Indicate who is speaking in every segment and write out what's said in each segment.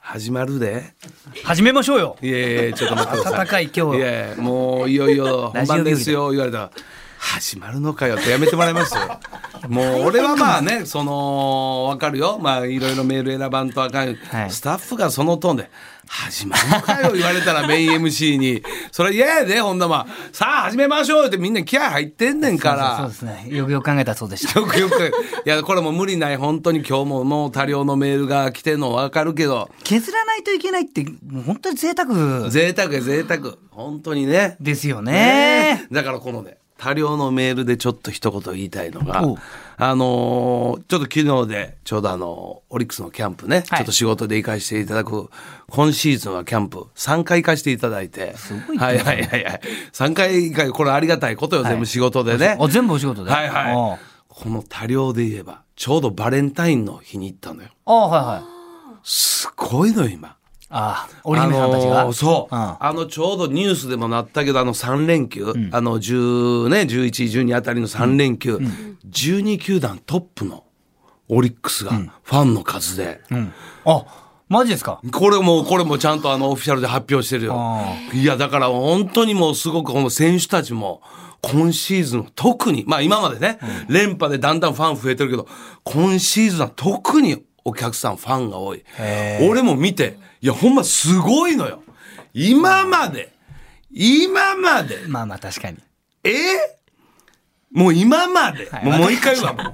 Speaker 1: 始まるで
Speaker 2: 始めましょうよ
Speaker 1: いやい やちょっと待ってください
Speaker 2: 暖かい今日
Speaker 1: いやいやもういよいよ本
Speaker 2: ラジオ日
Speaker 1: 番
Speaker 2: 和だ
Speaker 1: ですよ言われたら始まるのかよってやめてもらい ますよもう俺はまあねその分かるよまあいろいろメール選ばんとあかん、
Speaker 2: はい
Speaker 1: スタッフがそのトーンで「始まるのかよ」言われたらメイン MC にそれ嫌やでほんなまさあ始めましょうよってみんな気合入ってんねんから
Speaker 2: そうですねよくよく考えたらそうでした
Speaker 1: よくよく。いや、これもう無理ない。本当に今日ももう多量のメールが来てんのわかるけど、
Speaker 2: 削らないといけないってもう本当に贅沢
Speaker 1: 贅沢や贅沢。本当にね。
Speaker 2: ですよね
Speaker 1: えだからこのね、多量のメールでちょっと一言言いたいのが
Speaker 2: おう、
Speaker 1: あのーちょっと昨日で、ちょうどあのーオリックスのキャンプね、
Speaker 2: はい
Speaker 1: ちょっと仕事で行かせていただく、今シーズンはキャンプ3回行かせていただいて、す
Speaker 2: ごいね
Speaker 1: はいはいはいはい。3回以外、これありがたいことよ、全部仕事でね。
Speaker 2: あ全部お仕事では
Speaker 1: はいはい。この多量で言えば、ちょうどバレンタインの日に行ったのよ。
Speaker 2: あはいはい
Speaker 1: すごいのよ今。
Speaker 2: ああ織姫さんたちが、
Speaker 1: あのーそう、
Speaker 2: ん
Speaker 1: あのちょうどニュースでもなったけどあの3連休、あの10ね1112あたりの3連休、12球団トップのオリックスがファンの数で、
Speaker 2: あマジですか
Speaker 1: これもこれもちゃんとあのオフィシャルで発表してるよ
Speaker 2: あ
Speaker 1: いやだから本当にもうすごくこの選手たちも今シーズン特にまあ今までね、連覇でだんだんファン増えてるけど今シーズンは特にお客さんファンが多い
Speaker 2: へ
Speaker 1: 俺も見ていやほんますごいのよ今まで今まで
Speaker 2: まあまあ確かに
Speaker 1: えもう今まで、
Speaker 2: はい
Speaker 1: もうもう一回言うわも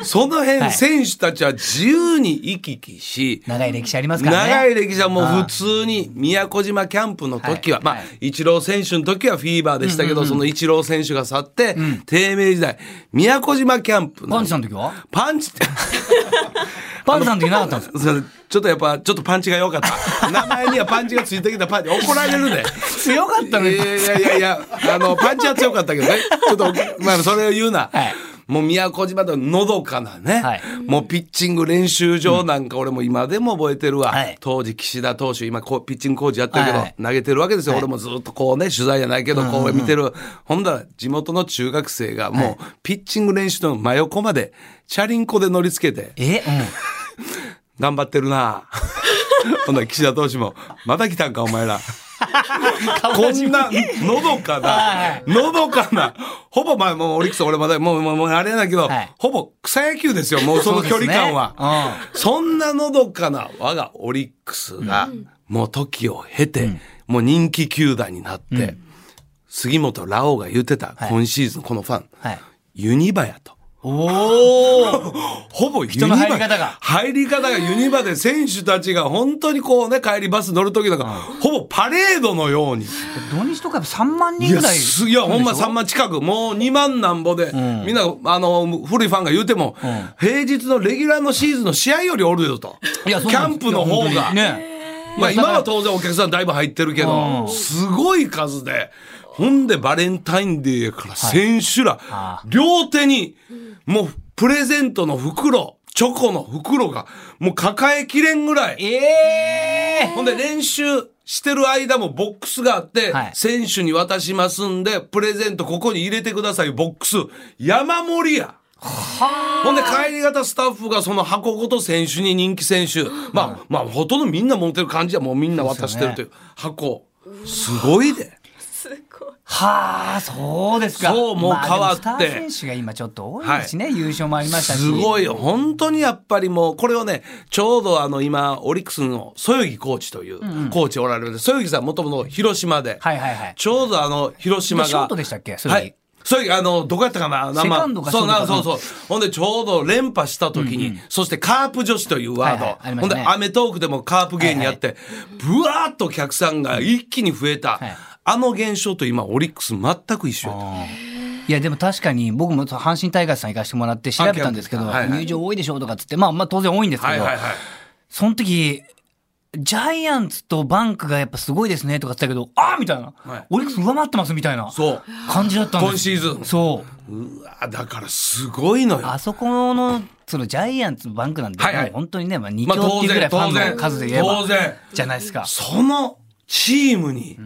Speaker 1: うその辺、
Speaker 2: はい
Speaker 1: 選手たちは自由に行き来し
Speaker 2: 長い歴史ありますからね
Speaker 1: 長い歴史はもう普通に宮古島キャンプの時は、
Speaker 2: はい
Speaker 1: ま
Speaker 2: は
Speaker 1: あ
Speaker 2: い、
Speaker 1: イチロー選手の時はフィーバーでしたけど、そのイチロー選手が去って、低迷時代、宮古島キャンプの
Speaker 2: パンチさんの時は
Speaker 1: パンチって、
Speaker 2: パンチさんの時なかったんですか
Speaker 1: それちょっとやっぱ、ちょっとパンチが良かった。名前にはパンチがついてきたパンチ、怒られるで。
Speaker 2: 強かったの
Speaker 1: い
Speaker 2: に
Speaker 1: やいやいやいや、あの、パンチは強かったけ どね。ちょっと、まあ、それを言うな。
Speaker 2: はい
Speaker 1: もう宮古島ののどかなね、
Speaker 2: はい
Speaker 1: もうピッチング練習場なんか俺も今でも覚えてるわ、
Speaker 2: はい
Speaker 1: 当時岸田投手今こうピッチングコーチやってるけど、
Speaker 2: はい
Speaker 1: 投げてるわけですよ、
Speaker 2: はい
Speaker 1: 俺もずっとこうね取材じゃないけどこう見てる、ほんだら地元の中学生がもうピッチング練習の真横までチャリンコで乗りつけて
Speaker 2: えうん
Speaker 1: 頑張ってるな ほんなら岸田投手もまた来たんかお前らこんな、のどか
Speaker 2: は
Speaker 1: な、のどかな、ほぼ、まあ、もうオリックス、俺まだ、もう、もう、もうあれだけど
Speaker 2: はい、
Speaker 1: ほぼ草野球ですよ、もうその距離感は。そんなのどかな我がオリックスが、もう時を経て、もう人気球団になって、杉本ラオウが言ってた、
Speaker 2: い
Speaker 1: 今シーズンこのファン、
Speaker 2: はい
Speaker 1: ユニバやと。
Speaker 2: おお
Speaker 1: ほぼユニ
Speaker 2: 人の
Speaker 1: バ
Speaker 2: 入り方が
Speaker 1: 入り方がユニバで選手たちが本当にこうね、帰りバス乗る時なんか、ほぼパレードのように。
Speaker 2: 土日とかやっぱ3万
Speaker 1: い
Speaker 2: 人
Speaker 1: や
Speaker 2: ぐらい
Speaker 1: すいやほんま3万近くもう2万なんぼで、みんなあの古いファンが言うても、平日のレギュラーのシーズンの試合よりおるよと
Speaker 2: い
Speaker 1: キ
Speaker 2: やそうな
Speaker 1: ャ
Speaker 2: ん
Speaker 1: ン
Speaker 2: です
Speaker 1: プの方
Speaker 2: いや本当
Speaker 1: が、
Speaker 2: にね
Speaker 1: まあ、今は当然お客さんだいぶ入ってるけど、すごい数でほんでバレンタインデーやから選手ら、
Speaker 2: あ
Speaker 1: 両手にもうプレゼントの袋チョコの袋がもう抱えきれんぐらい
Speaker 2: ええ
Speaker 1: ほんで練習してる間もボックスがあって、
Speaker 2: はい
Speaker 1: 選手に渡しますんで、プレゼントここに入れてください、ボックス。山盛りや。ほんで帰り方スタッフがその箱ごと選手に人気選手。まあ、まあ、ほとんどみんな持ってる感じはもうみんな渡してるという箱。すごいで。
Speaker 3: すごい。
Speaker 2: はあそうですか
Speaker 1: そうもう
Speaker 2: まあで
Speaker 1: 変わって
Speaker 2: スター選手が今ちょっと多いですね、優勝もありましたし
Speaker 1: すご
Speaker 2: い
Speaker 1: いよ。本当にやっぱりもう、これをね、ちょうどあの今、オリックスのそよぎコーチというコーチおられるんで、そよぎさんもともと広島で、
Speaker 2: はいはいはい
Speaker 1: ちょうどあの、広島が。
Speaker 2: ショートでしたっけそれ、
Speaker 1: はい。そういう、あの、どこやったかな名前
Speaker 2: セカンドかショー
Speaker 1: そう
Speaker 2: トか
Speaker 1: な、
Speaker 2: な
Speaker 1: そうそう。ほんで、ちょうど連覇した時に、そしてカープ女子というワード。
Speaker 2: はいはいありま
Speaker 1: ほん
Speaker 2: した
Speaker 1: で、
Speaker 2: ね
Speaker 1: アメトークでもカープ芸人やって、ブワーッとお客さんが一気に増えた。
Speaker 2: はい
Speaker 1: あの現象と今、オリックス全く一緒やった
Speaker 2: いやでも確かに僕も阪神タイガースさん行かせてもらって調べたんですけど、
Speaker 1: あキャンプはいはい
Speaker 2: 入場多いでしょうとかっつってまあまあ当然多いんですけど、
Speaker 1: はいはいはい。
Speaker 2: その時ジャイアンツとバンクがやっぱすごいですねとか言ってたけどああみたいな、
Speaker 1: はい
Speaker 2: オリックス上回ってますみたいな
Speaker 1: そう。
Speaker 2: 感じだったんです
Speaker 1: 今シーズン
Speaker 2: そう
Speaker 1: うわだからすごいのよ。
Speaker 2: あそこのそのジャイアンツバンクなんで、
Speaker 1: はいはい
Speaker 2: もう本当にね、まあ、2
Speaker 1: まあ
Speaker 2: 強って
Speaker 1: 当
Speaker 2: いうぐ
Speaker 1: 然
Speaker 2: らい、フ
Speaker 1: 当
Speaker 2: ァンの
Speaker 1: 然。
Speaker 2: 数で言えば
Speaker 1: 当然。
Speaker 2: じゃないですか。
Speaker 1: そのチームに、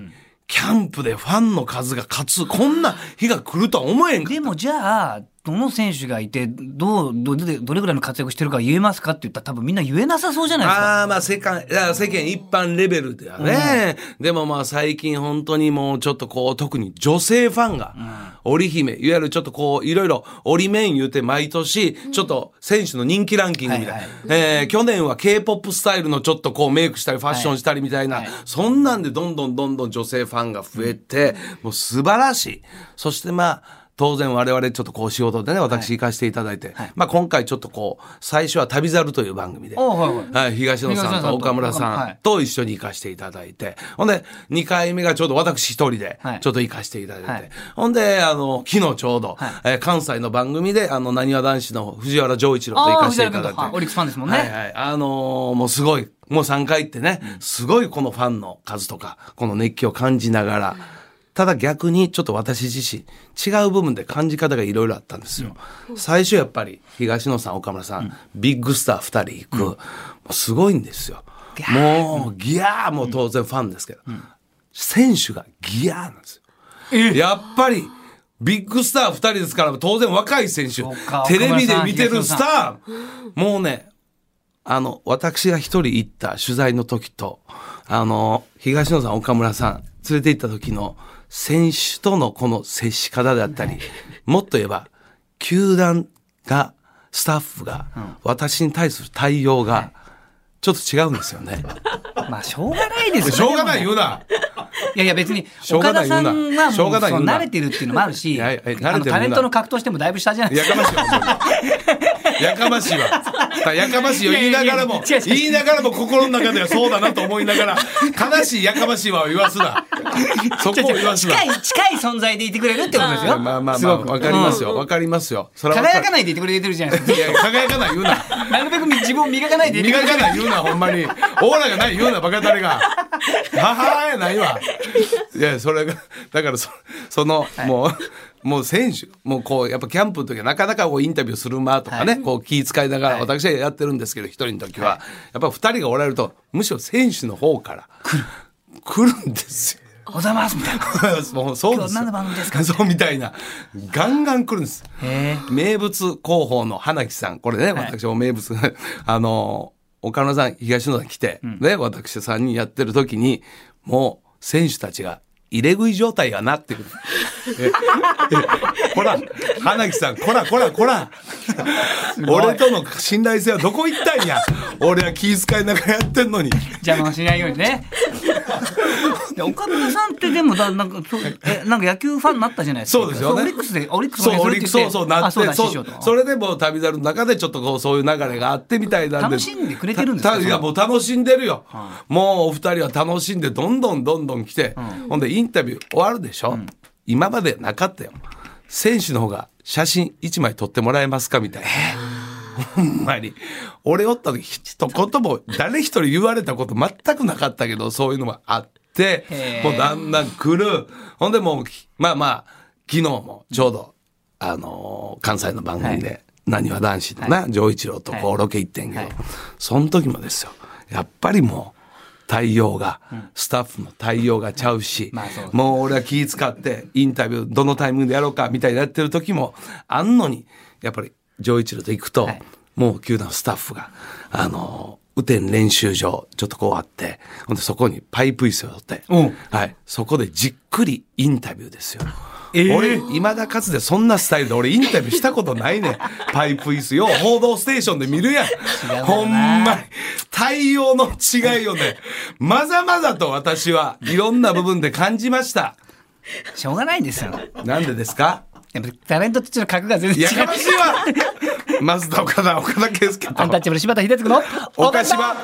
Speaker 1: キャンプでファンの数が勝つ、こんな日が来るとは思えんか
Speaker 2: でもじゃあどの選手がいてどうどどどれぐらいの活躍してるか言えますかって言ったら多分みんな言えなさそうじゃないですか。
Speaker 1: ああ、まあ世間、いや世間一般レベルではね、でもまあ最近本当にもうちょっとこう、特に女性ファンが、織姫、いわゆるちょっとこう、いろいろ織メイン言うて毎年、ちょっと選手の人気ランキングみたいな。
Speaker 2: はいはい
Speaker 1: えー去年は K-POP スタイルのちょっとこうメイクしたりファッションしたりみたいな、
Speaker 2: はい
Speaker 1: そんなんでどんどんどんどん女性ファンが増えて、もう素晴らしい。そしてまあ、当然我々ちょっとこう仕事でね、私行かせていただいて、
Speaker 2: はい
Speaker 1: まあ今回ちょっとこう、最初は旅猿という番組で、
Speaker 2: あはいはい
Speaker 1: はい、東野さんと岡村
Speaker 2: は
Speaker 1: さん
Speaker 2: い
Speaker 1: と一緒に行かせていただいて、ほんで、2回目がちょうど私一人で
Speaker 2: はい、
Speaker 1: ちょっと行かせていただいて、
Speaker 2: はい
Speaker 1: ほんで、あの、昨日ちょうど、
Speaker 2: はい
Speaker 1: えー関西の番組で、あの、なにわ男子の藤原丈一郎と行
Speaker 2: あー
Speaker 1: かせていただい
Speaker 2: 藤原君とはい
Speaker 1: て、
Speaker 2: オリックスファンですもんね
Speaker 1: はいはい。あのーもうすごい、もう3回行ってね、すごいこのファンの数とか、この熱気を感じながら、ただ逆にちょっと私自身違う部分で感じ方がいろいろあったんですよ。最初やっぱり東野さん岡村さん、ビッグスター2人行く、もうすごいんですよ
Speaker 2: ギャ。
Speaker 1: もうギャーも当然ファンですけど、選手がギャーなんですよ。やっぱりビッグスター2人ですから当然若い選手
Speaker 2: そうか
Speaker 1: テレビで見て
Speaker 2: 岡村
Speaker 1: る
Speaker 2: さ
Speaker 1: ス
Speaker 2: ん
Speaker 1: ターもうねあの私が一人行った取材の時とあの東野さん岡村さん連れて行った時の選手とのこの接し方であったりもっと言えば球団がスタッフが私に対する対応がちょっと違うんですよ ね。
Speaker 2: まあしょうがないですよね。
Speaker 1: しょうがない
Speaker 2: でも
Speaker 1: 言
Speaker 2: ね
Speaker 1: うな。
Speaker 2: いやいや別に
Speaker 1: しょう
Speaker 2: 岡
Speaker 1: がな
Speaker 2: 田
Speaker 1: い言
Speaker 2: さ
Speaker 1: うんな
Speaker 2: はもう
Speaker 1: しょうがない
Speaker 2: そ
Speaker 1: 言
Speaker 2: う
Speaker 1: うな
Speaker 2: 慣れてるっていうのもある
Speaker 1: い
Speaker 2: し、
Speaker 1: やいや慣れてる
Speaker 2: あのタレントの格闘してもだいぶ下じゃないです
Speaker 1: や
Speaker 2: か。
Speaker 1: かましいわ。やかましいわ。だからやかましいよ
Speaker 2: いや
Speaker 1: 言い
Speaker 2: いや
Speaker 1: ない
Speaker 2: や
Speaker 1: がらも
Speaker 2: 違う違う
Speaker 1: 言いながらも心の中ではそうだなと思いながら悲しいやかましいわを言わすな。そこを言わすな。
Speaker 2: 近い近い存在でいてくれるってことです
Speaker 1: まあ
Speaker 2: よ。
Speaker 1: まあまあ
Speaker 2: すごく
Speaker 1: わかりますよわかりますよ。それはわ
Speaker 2: 輝
Speaker 1: る
Speaker 2: かないでいてくれてるじゃないですか。
Speaker 1: いや輝かない言うな。
Speaker 2: なるべく自分を磨かないでいてく
Speaker 1: 磨
Speaker 2: れて
Speaker 1: かない言うなほんまにオーラがない言うなバカタレが母やないわいやそれがだからそその、もうもう選手もうこうやっぱキャンプの時はなかなかこうインタビューする間とかね、こう気遣いながら、私はやってるんですけど一人の時は、やっぱ二人がおられるとむしろ選手の方から来るんですよ。
Speaker 2: おはようございますみたいな。
Speaker 1: もうそうですよ
Speaker 2: 今日何の番組で す
Speaker 1: そうみたいなガンガン来るんです
Speaker 2: へ
Speaker 1: 名物広報の花木さんこれね、
Speaker 2: はい
Speaker 1: 私も名物 あの岡野さん東野さん来て、ね私3人やってる時にもう選手たちが入れ食い状態やな ってくるええほら花木さんこらこらこら俺との信頼性はどこ行ったんや俺は気遣いながらやってんのに。
Speaker 2: 邪魔をしないようにね。 で岡村さんってでもだなんかそうえなんか野球ファンになったじゃないですか。
Speaker 1: そうですよね
Speaker 2: オリックスでオリックス
Speaker 1: そう、
Speaker 2: 応
Speaker 1: オリッ
Speaker 2: 援
Speaker 1: クス
Speaker 2: する
Speaker 1: そ
Speaker 2: って言
Speaker 1: うそう、なっ
Speaker 2: って
Speaker 1: て、
Speaker 2: あそうだ
Speaker 1: そ
Speaker 2: 師匠
Speaker 1: う
Speaker 2: と。
Speaker 1: それでもう旅猿の中でちょっとこう、そういう流れがあってみたいなんで。
Speaker 2: 楽しんでくれてるんですか
Speaker 1: たたいや、もう楽しんでるよ。もうお二人は楽しんで、どんどんどんどん来て、ほんでインタビュー終わるでしょ、今までなかったよ。選手の方が写真一枚撮ってもらえますかみたいな。ほんまに。俺おった時、一言も誰一人言われたこと全くなかったけど、そういうのもあって
Speaker 2: へ、ー
Speaker 1: もうだんだん来る。ほんでもう、まあまあ、昨日もちょうど、あのー関西の番組で、なにわ男子のな、丈一郎とこ
Speaker 2: は
Speaker 1: う
Speaker 2: い
Speaker 1: ロケ行ってんけど、
Speaker 2: はい
Speaker 1: その時もですよ、やっぱりもう、対応が、スタッフの対応がちゃうし、
Speaker 2: まあそう
Speaker 1: もう俺は気使ってインタビューどのタイミングでやろうかみたいなやってる時もあんのにやっぱり丈一郎と行くと、
Speaker 2: はい
Speaker 1: もう球団スタッフがあの雨天練習場ちょっとこうあってほんでそこにパイプ椅子を取って、
Speaker 2: うん
Speaker 1: はい、そこでじっくりインタビューですよ。
Speaker 2: えー
Speaker 1: 俺今だかつてそんなスタイルで俺インタビューしたことない ねんパイプ椅子よう報道ステーションで見るやん
Speaker 2: うよな
Speaker 1: ほんまに対応の違いを ねまざまざと私はいろんな部分で感じました
Speaker 2: しょうがないですよ。
Speaker 1: なんでですか
Speaker 2: やっぱタレントってちょっと格が全然違
Speaker 1: やかま。
Speaker 2: う
Speaker 1: しい わ増田岡田岡田圭佑
Speaker 2: アンタッ
Speaker 1: と
Speaker 2: チャブル柴田秀嗣の
Speaker 1: 岡島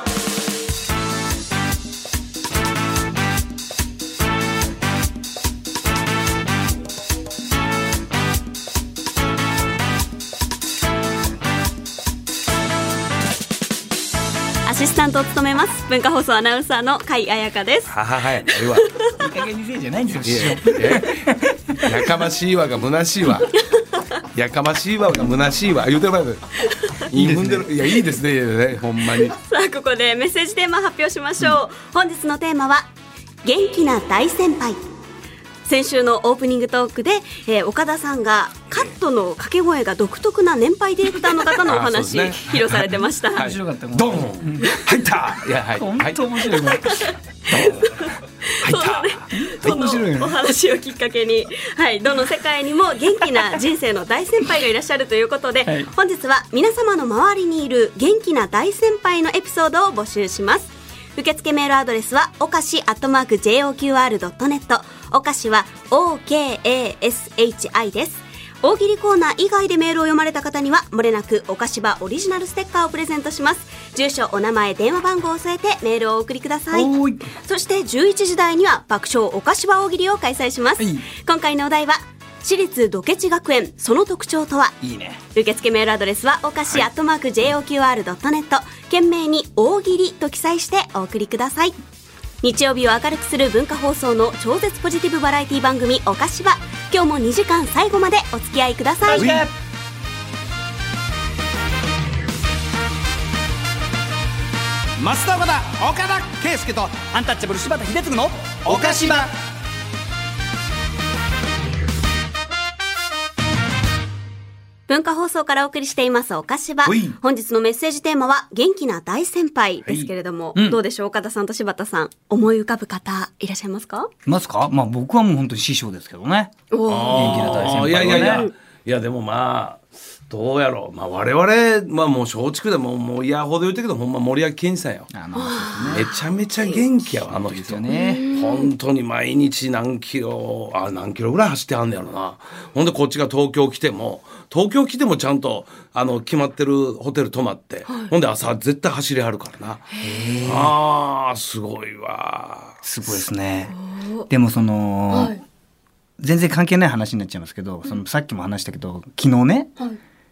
Speaker 3: アシスタントを務めます文化放送アナウンサーの甲斐彩香です
Speaker 1: はははやないわ
Speaker 2: いい加減にせえじゃないんですよ
Speaker 1: い
Speaker 2: 師匠。
Speaker 1: やえやかましいわが虚しいわやかましいわが虚しいわ言うてもらえばいい踏んでるいやいいですねいいですねほんまに
Speaker 3: さあここでメッセージテーマ発表しましょう、本日のテーマは元気な大先輩先週のオープニングトークで、えー岡田さんがカットの掛け声が独特な年配ディレクターの方のお
Speaker 1: あそう
Speaker 3: 話、
Speaker 1: です
Speaker 3: 披露されてま した、
Speaker 1: はい
Speaker 2: 面白かった
Speaker 1: ドン入ったいやはい
Speaker 2: 本
Speaker 1: はい
Speaker 2: 当面白い、こ
Speaker 1: 入
Speaker 2: れ
Speaker 1: った
Speaker 3: この
Speaker 2: 面白いね
Speaker 3: お話をきっかけに、はい、どの世界にも元気な人生の大先輩がいらっしゃるということで、
Speaker 2: はい
Speaker 3: 本日は皆様の周りにいる元気な大先輩のエピソードを募集します受付メールアドレスはおかし @joqr.net おかしは OKASHI です大喜利コーナー以外でメールを読まれた方にはもれなくおかしばオリジナルステッカーをプレゼントします住所お名前電話番号を添えてメールをお送りください
Speaker 2: おーい
Speaker 3: そして11時台には爆笑お菓子場大喜利を開催します、
Speaker 2: はい
Speaker 3: 今回のお題は私立土ケチ学園その特徴とはい
Speaker 2: いね
Speaker 3: 受付メールアドレスはお菓子アットマーク JOQR.net 懸命に大喜利と記載してお送りください日曜日を明るくする文化放送の超絶ポジティブバラエティ番組お菓子は今日も2時間最後までお付き合いください
Speaker 4: 増田岡田岡田圭佑とアンタッチャブル柴田秀嗣の岡島
Speaker 3: 文化放送からお送りしていますおかしば
Speaker 1: ほい
Speaker 3: 本日のメッセージテーマは元気な大先輩ですけれども、どうでしょう岡田さんと柴田さん思い浮かぶ方いらっしゃいますか
Speaker 2: いますかまあ僕はもう本当に師匠ですけどね
Speaker 3: おー
Speaker 2: 気な大
Speaker 1: あ
Speaker 2: 先輩は
Speaker 1: ー
Speaker 2: ね
Speaker 1: いやいやいやいやでもまあどうやろうまあ我々まあもう松竹でももういやほど言ってけどほんま森脇健児さんよ
Speaker 2: あまあ
Speaker 1: めちゃめちゃ元気やわあの
Speaker 2: そうです
Speaker 1: 人
Speaker 2: よね
Speaker 1: 本当に毎日何キロあ何キロぐらい走ってはんねやろなほんでこっちが東京来ても東京来てもちゃんとあの決まってるホテル泊まって、ほんで朝絶対走りはるからなあーすごいわ
Speaker 2: すごいですねでもその、全然関係ない話になっちゃいますけどそのさっきも話したけど昨日ね、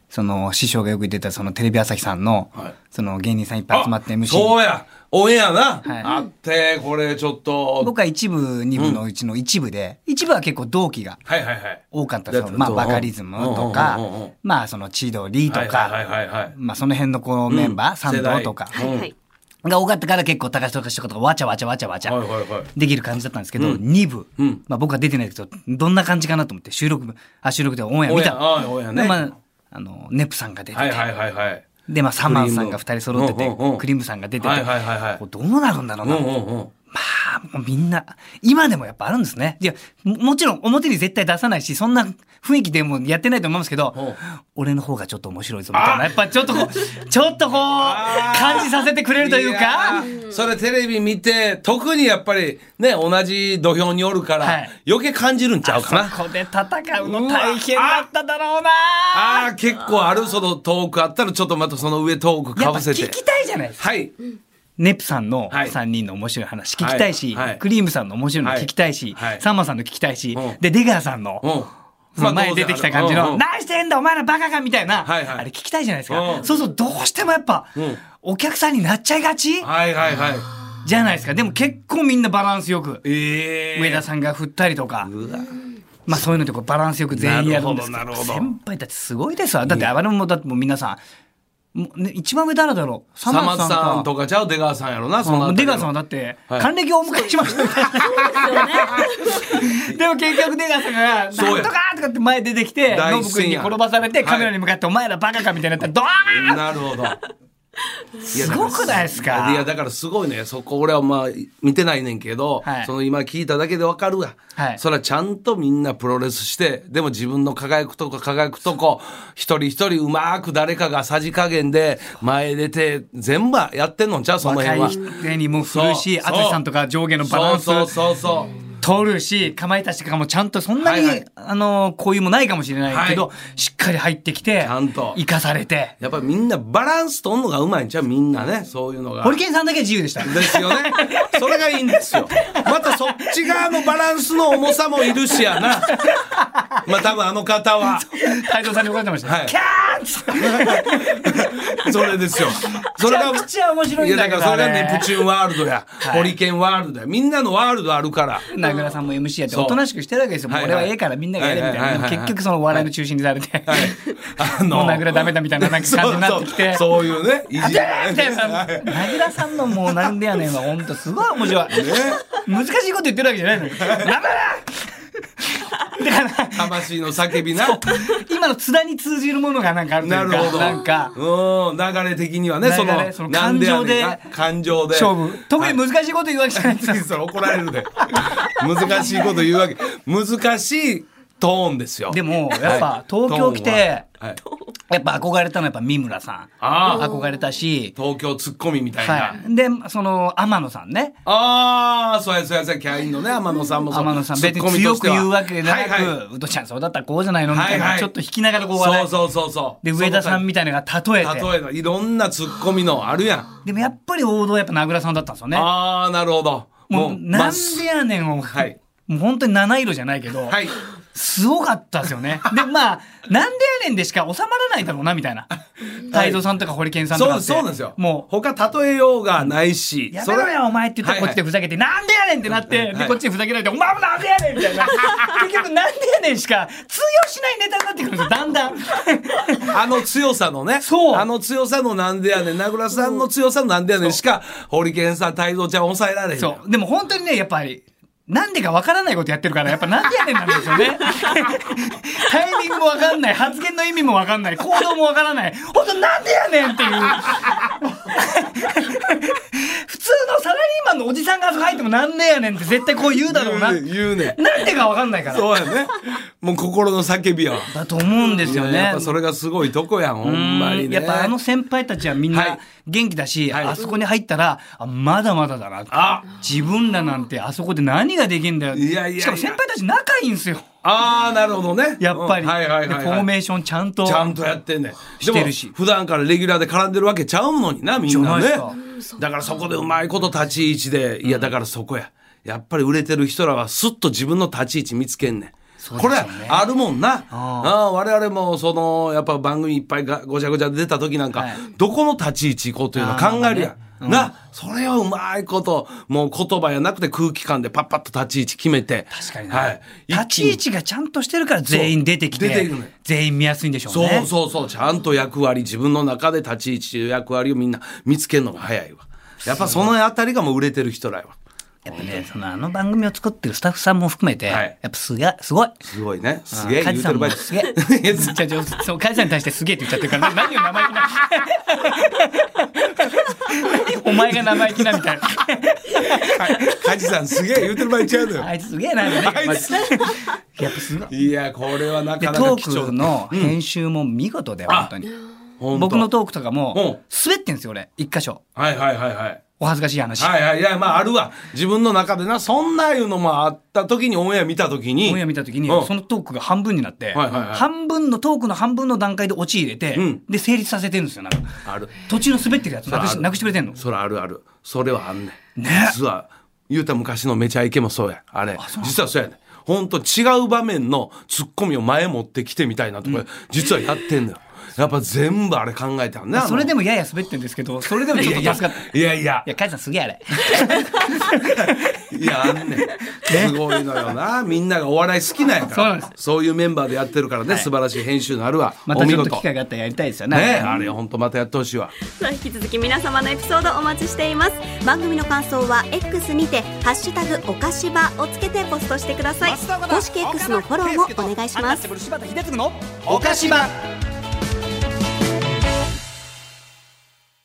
Speaker 2: その師匠がよく出たそのテレビ朝日さんの,、
Speaker 1: はい
Speaker 2: その芸人さんいっぱい集まって
Speaker 1: あ
Speaker 2: MC
Speaker 1: そうやオンエアな、
Speaker 2: はい
Speaker 1: あってこれちょっと
Speaker 2: 僕は一部二部のうちの一部で、一部は結構同期が
Speaker 1: はいはいはい
Speaker 2: 多かったんですよ
Speaker 1: だって
Speaker 2: まあ
Speaker 1: うん
Speaker 2: バカリズムとか、
Speaker 1: うんうんうんうん
Speaker 2: まあその千鳥とか、
Speaker 1: はいはいはいはいはい
Speaker 2: まあその辺のこうメンバー、
Speaker 1: うん
Speaker 2: サンドとか
Speaker 1: 世代
Speaker 3: はいはい
Speaker 2: が多かったから結構高橋とかしとかとかわちゃわちゃわちゃわちゃ、
Speaker 1: はいはいはい
Speaker 2: できる感じだったんですけど、2部、
Speaker 1: うん
Speaker 2: まあ、僕は出てないけどどんな感じかなと思って収録あ収録でオンエア見たの
Speaker 1: オンエアあオンエアね
Speaker 2: でまあ、あのネプさんが出てて、
Speaker 1: はいはいはいはい
Speaker 2: でまあサマンさんが
Speaker 1: クリー
Speaker 2: 2
Speaker 1: ム
Speaker 2: 人揃ってて
Speaker 1: うんうんうん
Speaker 2: クリームさんが出てて、
Speaker 1: はいはいはいはい
Speaker 2: こうどうなるんだろう
Speaker 1: うん
Speaker 2: な、
Speaker 1: うんうん
Speaker 2: まあ、もうみんな、今でもやっぱあるんですね。いや、ももちろん表に絶対出さないし、そんな雰囲気でもやってないと思うんですけ
Speaker 1: うん
Speaker 2: ど、俺の方がちょっと面白いぞみたいな。やっぱちょっと こう、ちょっとこう、感じさせてくれるというか
Speaker 1: や、ーそれテレビ見て特にやっぱりね同じ土俵におるから、
Speaker 2: はい
Speaker 1: 余計感じるんちゃうかな
Speaker 2: ここで戦うの大変だっただろうな
Speaker 1: あー結構あるそのトークあったらちょっとまたその上トークか
Speaker 2: やっぱ
Speaker 1: ぶせて
Speaker 2: 聞きたいじゃないですか。
Speaker 1: はい
Speaker 2: ネプさんの
Speaker 1: はい
Speaker 2: 3人の面白い話聞きたいし、
Speaker 1: はいはい
Speaker 2: クリームさんの面白いの聞きたいし、
Speaker 1: はいはい
Speaker 2: サンマさんの聞きたいし、
Speaker 1: うん
Speaker 2: で、出川さんの、
Speaker 1: うん
Speaker 2: その前に出てきた感じ
Speaker 1: うんうん
Speaker 2: の、何してんだお前らバカかみたいな、
Speaker 1: はいはい
Speaker 2: あれ聞きたいじゃないです
Speaker 1: う
Speaker 2: か。
Speaker 1: ん
Speaker 2: そうそう、どうしてもやっぱ
Speaker 1: ん、
Speaker 2: お客さんになっちゃいがち
Speaker 1: はいはいはい
Speaker 2: じゃないですか。でも結構みんなバランスよく、
Speaker 1: ええ
Speaker 2: 上田さんが振ったりとか、
Speaker 1: うわ
Speaker 2: まあそういうのでこうバランスよく全員やるんですけ
Speaker 1: なる
Speaker 2: ど、
Speaker 1: ほどなるほど
Speaker 2: 先輩たちすごいですわ。だって、あれもだってもう皆さん、もうね、一番上誰だろう
Speaker 1: さま
Speaker 2: か
Speaker 1: さんとかちゃう出川さんやろなその
Speaker 2: うん出川さんは
Speaker 1: ん
Speaker 2: だって、
Speaker 1: はい
Speaker 2: 還暦をお迎えしました。でも結局出川さんが、なんと
Speaker 1: そうや
Speaker 2: かとかって前出てきて、
Speaker 1: 第
Speaker 2: ノ
Speaker 1: 一
Speaker 2: ブ君
Speaker 1: 線
Speaker 2: に
Speaker 1: や
Speaker 2: 転ばされて、
Speaker 1: はい
Speaker 2: カメラに向かって、お前らバカかみたいになったら、ドーン
Speaker 1: なるほどいや
Speaker 2: すごくないですか
Speaker 1: いやだからすごいねそこ俺はまあ見てないねんけど、
Speaker 2: はい
Speaker 1: その今聞いただけでわかるわ、
Speaker 2: はい
Speaker 1: それはちゃんとみんなプロレスしてでも自分の輝くとこ輝くとこ一人一人うまく誰かがさじ加減で前出て全部やってんのんちゃうその
Speaker 2: 若
Speaker 1: 辺
Speaker 2: い
Speaker 1: は。
Speaker 2: 人にも振るし、
Speaker 1: そうそう
Speaker 2: 淳さんとか上下のバラ
Speaker 1: そ
Speaker 2: ン
Speaker 1: う
Speaker 2: ス
Speaker 1: そうそうそう
Speaker 2: 取るし、かまいたちとかもちゃんとそんなに、
Speaker 1: はいはい
Speaker 2: あの、こういうもないかもしれないけど、
Speaker 1: は
Speaker 2: しっかり入ってきて、
Speaker 1: ちゃんと
Speaker 2: 生かされて。
Speaker 1: やっぱりみんなバランスとんのがうまいんちゃうみんなねそういうのが。
Speaker 2: ホリケンさんだけ自由で した。
Speaker 1: ですよね。それがいいんですよ。またそっち側のバランスの重さもいるしやな。まあ多分あの方は。
Speaker 2: 太蔵さんに怒られてました。
Speaker 1: はい
Speaker 2: キャーンっつって。
Speaker 1: それですよ。 それが。
Speaker 2: めちゃくちゃ面白いんだけど
Speaker 1: やだからそれが
Speaker 2: あれ
Speaker 1: ネプチューンワールドや、
Speaker 2: い
Speaker 1: ホリケンワールドや、みんなのワールドあるから。
Speaker 2: 名倉さんも MC やって
Speaker 1: そう
Speaker 2: おとなしくしてるわけですよ。もう
Speaker 1: はい
Speaker 2: 俺
Speaker 1: はい
Speaker 2: はええからみんながやれみたい
Speaker 1: はい
Speaker 2: な。
Speaker 1: はい
Speaker 2: でも
Speaker 1: はいはい
Speaker 2: 結局その笑いの中心にされて、
Speaker 1: あ
Speaker 2: もう名倉ダメだみた いななんか感じになってきて。
Speaker 1: そうそうそういうね、いじり
Speaker 2: でみたいな名倉さんのもうな んでやねんは本当すごい面白い。難しいこと言ってるわけじゃないのに。ダメだ
Speaker 1: 魂の叫びな。
Speaker 2: 今の津田に通じるものがなんかあるというか
Speaker 1: なるほど
Speaker 2: なんか
Speaker 1: うん、流れ的にはね、
Speaker 2: 流れ
Speaker 1: その、
Speaker 2: その
Speaker 1: なんやねんな
Speaker 2: 感情で
Speaker 1: 感情で。
Speaker 2: 勝負特に
Speaker 1: はい
Speaker 2: 難しいこと言うわけじゃないです よ
Speaker 1: それ怒られるで。難しいこと言うわけ。難しいトーンですよ。
Speaker 2: でもやっ
Speaker 1: は
Speaker 2: ぱ
Speaker 1: い
Speaker 2: 東京
Speaker 1: トー
Speaker 2: 来
Speaker 1: ン
Speaker 2: て
Speaker 1: ははい
Speaker 2: やっぱ憧れたのはやっぱ三村さん
Speaker 1: ああ
Speaker 2: 憧れたし、
Speaker 1: 東京ツッコミみたいな。
Speaker 2: はい、でその天野さんね
Speaker 1: ああ、そうやそうやそうや、キャインのね、天野さんもそう
Speaker 2: 天野さん
Speaker 1: ツ
Speaker 2: 別
Speaker 1: ッコ
Speaker 2: に
Speaker 1: ミ
Speaker 2: 強
Speaker 1: とし
Speaker 2: く
Speaker 1: ては
Speaker 2: 言うわけじゃなく、
Speaker 1: はいは
Speaker 2: ウドちゃんそうだったらこうじゃないのみたいな、
Speaker 1: はいはい
Speaker 2: ちょっと引きながらこう笑
Speaker 1: い、
Speaker 2: い
Speaker 1: そうそうそうそう。
Speaker 2: で上田さんみたいなのが例えて
Speaker 1: 例えのいろんなツッコミのあるやん。
Speaker 2: でもやっぱり王道はやっぱ名倉さんだったんですよね
Speaker 1: ああ、なるほど。
Speaker 2: もう
Speaker 1: ま
Speaker 2: な
Speaker 1: っ
Speaker 2: ん
Speaker 1: す
Speaker 2: でやねんを、
Speaker 1: はい
Speaker 2: もう本当に七色じゃない けど、
Speaker 1: はい。
Speaker 2: すごかったですよねでまあなんでやねんでしか収まらないだろうなみたいな太蔵さんとか堀健さんと
Speaker 1: そ
Speaker 2: か
Speaker 1: うで
Speaker 2: って
Speaker 1: すそうなんですよ。
Speaker 2: もう
Speaker 1: 他例えようがないし。
Speaker 2: やめろ
Speaker 1: それ
Speaker 2: よお前って言ってこっちで
Speaker 1: はい
Speaker 2: ふざけて、なんでやねんってなって、
Speaker 1: は
Speaker 2: で
Speaker 1: い
Speaker 2: こっちでふざけられて、お前もなんでやねんみたいな結局なんでやねんしか通用しないネタになってくるんですよだんだん
Speaker 1: はいあの強さのね。
Speaker 2: そう
Speaker 1: あの強さのなんでやねん。名倉さんの強さのなんでやねんしか、ホリケンさん、太蔵ちゃん抑えられへん。
Speaker 2: そうでも本当にねやっぱりなんでかわからないことやってるからやっぱなんでやねんなんですよ ねタイミングもわかんない発言の意味もわかんない行動もわからない本当なんでやねんっていう 普通のサラリーマンのおじさんが入ってもなんでやねんって絶対こう言うだろうな
Speaker 1: 言うね言うね
Speaker 2: なんでかわかんないから
Speaker 1: そうやね。もう心の叫びやわ。
Speaker 2: だと思うんですよね
Speaker 1: やっぱそれがすごいとこやん、ほんまにね。
Speaker 2: やっぱあの先輩たちはみん
Speaker 1: はい
Speaker 2: な元気だし、
Speaker 1: はい
Speaker 2: あそこに入ったらあまだまだだなって
Speaker 1: あ
Speaker 2: 自分らなんてあそこで何ができんだよって
Speaker 1: いやいやいや
Speaker 2: しかも先輩たち仲いいんですよ
Speaker 1: ああ、なるほどね。
Speaker 2: やっぱり、
Speaker 1: うんはいはいはい、
Speaker 2: でフォーメ
Speaker 1: はい。
Speaker 2: ーションちゃんと
Speaker 1: ちゃんとやってんねん
Speaker 2: してるし
Speaker 1: でも普段からレギュラーで絡んでるわけちゃうのになみんな
Speaker 2: じ
Speaker 1: ね
Speaker 2: ゃない
Speaker 1: だからそこでうまいこと立ち位置でいやだからそこややっぱり売れてる人らはスッと自分の立ち位置見つけんねん
Speaker 2: うです
Speaker 1: こ
Speaker 2: よ
Speaker 1: れ
Speaker 2: ね
Speaker 1: あるもんなああ我々もそのやっぱ番組いっぱいがごちゃごちゃ出た時なんか、
Speaker 2: はい
Speaker 1: どこの立ち位置行こうというのを考えるやん、
Speaker 2: あ
Speaker 1: なそれをうまいこともう言葉やなくて空気感でパッパッと立ち位置決めて
Speaker 2: 確かにね
Speaker 1: はい、
Speaker 2: 立ち位置がちゃんとしてるから全員出てきて
Speaker 1: そう出てくるのよ
Speaker 2: 全員見やすいんでしょう
Speaker 1: そう
Speaker 2: ね
Speaker 1: そうそう、ちゃんと役割、自分の中で立ち位置という役割をみんな見つけるのが早いわ。やっぱそのあたりがもう売れてる人らやわ。
Speaker 2: やっぱねそのあの番組を作ってるスタッフさんも含めて、
Speaker 1: はい
Speaker 2: やっぱすがすごい
Speaker 1: すごいね。すげえ
Speaker 2: カ
Speaker 1: 言
Speaker 2: ジ
Speaker 1: う
Speaker 2: さ
Speaker 1: てる
Speaker 2: ん
Speaker 1: 場
Speaker 2: も
Speaker 1: 合
Speaker 2: すげえ
Speaker 1: い や
Speaker 2: じゃあじゃあそうカジさんに対してすげえって言っちゃってるから何を生意気な何お前が生意気なみ たいな
Speaker 1: カジさんすげえ言うてる場合ちゃうのよ
Speaker 2: あ。いつすげえなみたいな
Speaker 1: あいつ
Speaker 2: やっぱすごい
Speaker 1: いや、これはな
Speaker 2: で
Speaker 1: かなか
Speaker 2: ト
Speaker 1: 貴重
Speaker 2: ークの編集も見事で本当に
Speaker 1: 本当
Speaker 2: 僕のトークとか
Speaker 1: うん
Speaker 2: も滑ってんですよ俺一箇所
Speaker 1: はいはいはいはい。
Speaker 2: お恥ずかしい話
Speaker 1: はいはいいやまああるわ自分の中でなそんないうのもあった時にオンエア見た時に
Speaker 2: オンエア見た時に
Speaker 1: うん
Speaker 2: そのトークが半分になっ
Speaker 1: は
Speaker 2: て
Speaker 1: いはいはい
Speaker 2: 半分のトークの半分の段階で落ち入れて
Speaker 1: うん
Speaker 2: で成立させてるんですよなんか
Speaker 1: ある
Speaker 2: 途中の滑ってるやつ
Speaker 1: それ
Speaker 2: な
Speaker 1: あ
Speaker 2: くし
Speaker 1: る
Speaker 2: なくしてくれてんの
Speaker 1: それあるあるそれはあんねん
Speaker 2: ね
Speaker 1: 実は言うたら昔のめちゃイケもそうやあれ実はそうやねんほんと違う場面のツッコミを前持ってきてみたいなとこ、実はやってんのよやっぱ全部あれ考えたんだ
Speaker 2: それで
Speaker 1: も
Speaker 2: もやや滑ってるんですけどそれでもちょっと 助かった
Speaker 1: いやいや
Speaker 2: いや、カイさんすげえあれ。
Speaker 1: いやあんねんすごいのよなみんながお笑い好きなんやから
Speaker 2: そうなんです
Speaker 1: いうメンバーでやってるからね、素晴らしい編集のあるわ
Speaker 2: またちょ
Speaker 1: お見
Speaker 2: っと
Speaker 1: 事
Speaker 2: 機会があったらやりたいですよね。
Speaker 1: ねあれほんとまたやってほしいわ
Speaker 3: さあ引き続き皆様のエピソードお待ちしています番組の感想は X にて「ハッシュタグおかしば」をつけてポストしてください公式 X のフォローもお願いします
Speaker 4: 柴田秀嗣の
Speaker 2: おかしば。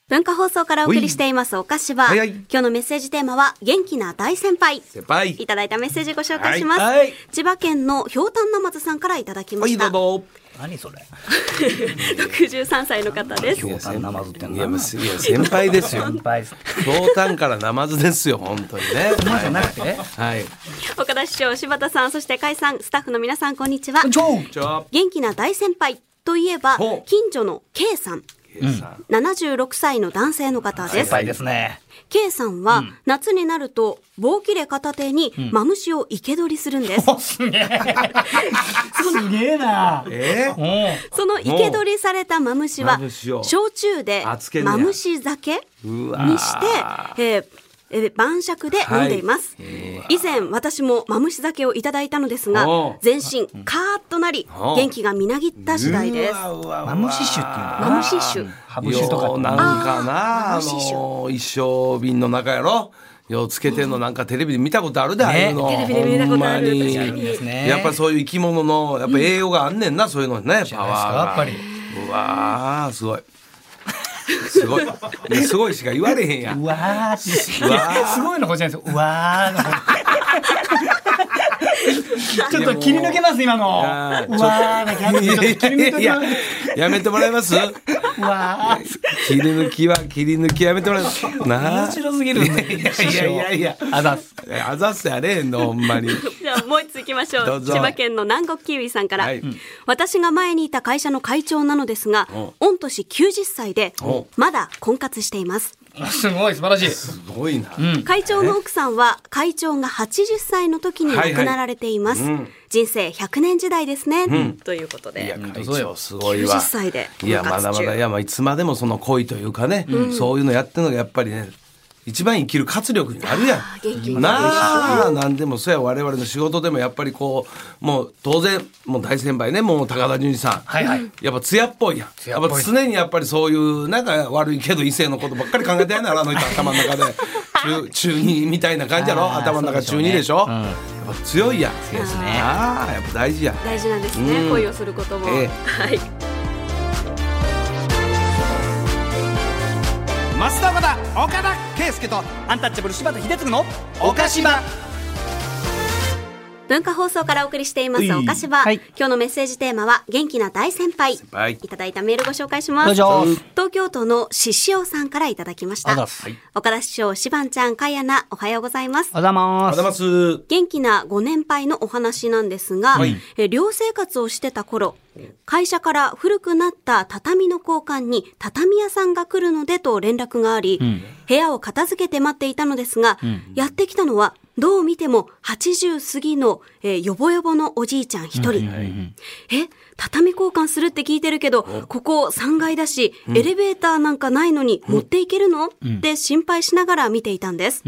Speaker 3: 文化放送からお送りしていますおかしば、
Speaker 1: はいはい
Speaker 3: 今日のメッセージテーマは元気な大先輩
Speaker 1: 先輩
Speaker 3: いただいたメッセージご紹介します、
Speaker 1: はいはい
Speaker 3: 千葉県のひょうたんなまずさんからいただきま
Speaker 1: はい
Speaker 3: した、
Speaker 1: どうぞ
Speaker 2: 何それ。
Speaker 3: 63歳の方です
Speaker 2: 京丹なまずって
Speaker 1: い
Speaker 2: な
Speaker 1: やもうすいや先輩ですよ
Speaker 2: 先輩です。
Speaker 1: ひょうたんからナマズですよ、本当にね。
Speaker 2: 今じゃなく て。
Speaker 1: はい。
Speaker 3: 岡田師匠柴田さんそして甲斐さんスタッフの皆さんこんにちは
Speaker 2: ちょう。
Speaker 1: じゃあ、
Speaker 3: 元気な大先輩といえば
Speaker 1: ほう
Speaker 3: 近所の K さん
Speaker 1: K さん。
Speaker 3: 76歳の男性の方で
Speaker 2: 先
Speaker 3: す
Speaker 2: 輩ですね。
Speaker 3: K さんは、夏になると棒切れ片手にマムシを生け捕りする んです、
Speaker 2: すげえ。すげえな。
Speaker 1: えー
Speaker 2: え。
Speaker 3: その生け捕りされたマムシは
Speaker 1: マムシを
Speaker 3: 焼酎で
Speaker 1: あつけんねや
Speaker 3: マムシ酒
Speaker 1: うわー
Speaker 3: にして、えーえー晩酌で飲んでいます、以前私もマムシ酒をいただいたのですが
Speaker 1: おう
Speaker 3: 全身カーッとなり
Speaker 1: おう
Speaker 3: 元気がみなぎった次第です
Speaker 2: マムシ酒っていうのか
Speaker 3: マ
Speaker 2: な。
Speaker 3: ムシ酒
Speaker 2: ハブ酒とか
Speaker 1: よ
Speaker 2: っ
Speaker 1: う
Speaker 2: て。
Speaker 1: なんかな、あ
Speaker 3: あー
Speaker 1: のー一生瓶の中やろ。ようつけてんのなんかテレビで見たことあるで、ああいうの。
Speaker 2: ね
Speaker 3: テレビで見たことある
Speaker 1: ほんまに
Speaker 3: 確かに
Speaker 2: ですね
Speaker 1: やっぱそういう生き物の、やっぱ栄養があんねんな、そういうのにね、パワーが。
Speaker 2: じゃないです
Speaker 1: うわー、すごい。すごい。いやすごいしか言われへんやん。
Speaker 2: うわーって。
Speaker 1: うわー
Speaker 2: すごいの方じゃないですよ。うわーの方。ちょっと切り抜けます、今の。
Speaker 1: あ
Speaker 2: うわ
Speaker 1: ー
Speaker 2: ーの感じ。ちょっと切り
Speaker 1: い
Speaker 2: 抜け
Speaker 1: や
Speaker 2: ま、
Speaker 1: やめてもらえます
Speaker 2: す。うわー。
Speaker 1: 切り抜きは切り抜きやめてもらえますなあ
Speaker 2: 面白すぎるんで。
Speaker 1: いやいやいや
Speaker 2: あざっす。
Speaker 1: いやあざっすやれへんのほんまに
Speaker 3: じゃあもう一つ行きましょ
Speaker 1: ど
Speaker 3: う
Speaker 1: うぞ
Speaker 3: 千葉県の南国キウイさんから、
Speaker 1: はいうん
Speaker 3: 私が前にいた会社の会長なのですが、御年90歳で
Speaker 1: お
Speaker 3: まだ婚活しています、
Speaker 2: すごい、素晴らしい。
Speaker 1: すごいな、
Speaker 3: 会長の奥さんは会長が80歳の時に亡くなられています、
Speaker 1: はいはいうん
Speaker 3: 人生100年時代ですね、ということ
Speaker 1: いや
Speaker 3: で
Speaker 1: 会長すごいわ
Speaker 3: 90歳で
Speaker 1: いや
Speaker 3: 婚
Speaker 1: ま
Speaker 3: 活
Speaker 1: だま
Speaker 3: 中
Speaker 1: だいやまあいつまでもその恋というかね、そういうのやってるのがやっぱりね一番生きる活力になるやん
Speaker 3: ー元気になる
Speaker 1: なあなんでもそうや我々の仕事でもやっぱりこうもう当然もう大先輩ねもう高田純次さん、
Speaker 2: はいはい
Speaker 1: やっぱ艶っぽいやん
Speaker 2: 艶っ
Speaker 1: や
Speaker 2: ぽ
Speaker 1: っ
Speaker 2: い
Speaker 1: ぱ常にやっぱりそういうなんか悪いけど異性のことばっかり考えてやんならあの人 頭の中で中中二みたいな感じやろ
Speaker 2: あー
Speaker 1: 頭の中
Speaker 2: そ
Speaker 1: 中
Speaker 2: うでしょう
Speaker 1: 二でしょ
Speaker 2: ねうん
Speaker 1: やっぱ強いやん
Speaker 2: 強いですね
Speaker 1: ああやっぱ大事や
Speaker 3: 大事なんですね、
Speaker 1: うん
Speaker 3: 恋をすることも、
Speaker 1: ええ
Speaker 3: はい
Speaker 4: 増田岡田岡田圭佑とアンタッチャブル柴田秀嗣の岡島
Speaker 3: 文化放送からお送りしていま
Speaker 1: う
Speaker 3: す
Speaker 1: い
Speaker 3: お菓子は、
Speaker 2: はい
Speaker 3: 今日のメッセージテーマは元気な大先輩
Speaker 1: 輩
Speaker 3: いただいたメールご紹介します
Speaker 2: どうぞ
Speaker 3: 東京都のししおさんからいただきまし
Speaker 2: あざ
Speaker 3: た
Speaker 2: っす。
Speaker 3: 岡田師匠しばんちゃんかやなおはようございます
Speaker 2: あざま
Speaker 1: あ
Speaker 2: ー
Speaker 1: ざ
Speaker 2: す。
Speaker 1: ます
Speaker 3: 元気なご年配のお話なんですが、
Speaker 1: はい
Speaker 3: えー寮生活をしてた頃会社から古くなった畳の交換に畳屋さんが来るのでと連絡があり、部屋を片付けて待っていたのですが、やってきたのはどう見ても80過ぎの、えーよぼよぼのおじいちゃん一人、え畳交換するって聞いてるけどここ3階だし、エレベーターなんかないのに持っていけるの、って心配しながら見ていたんです、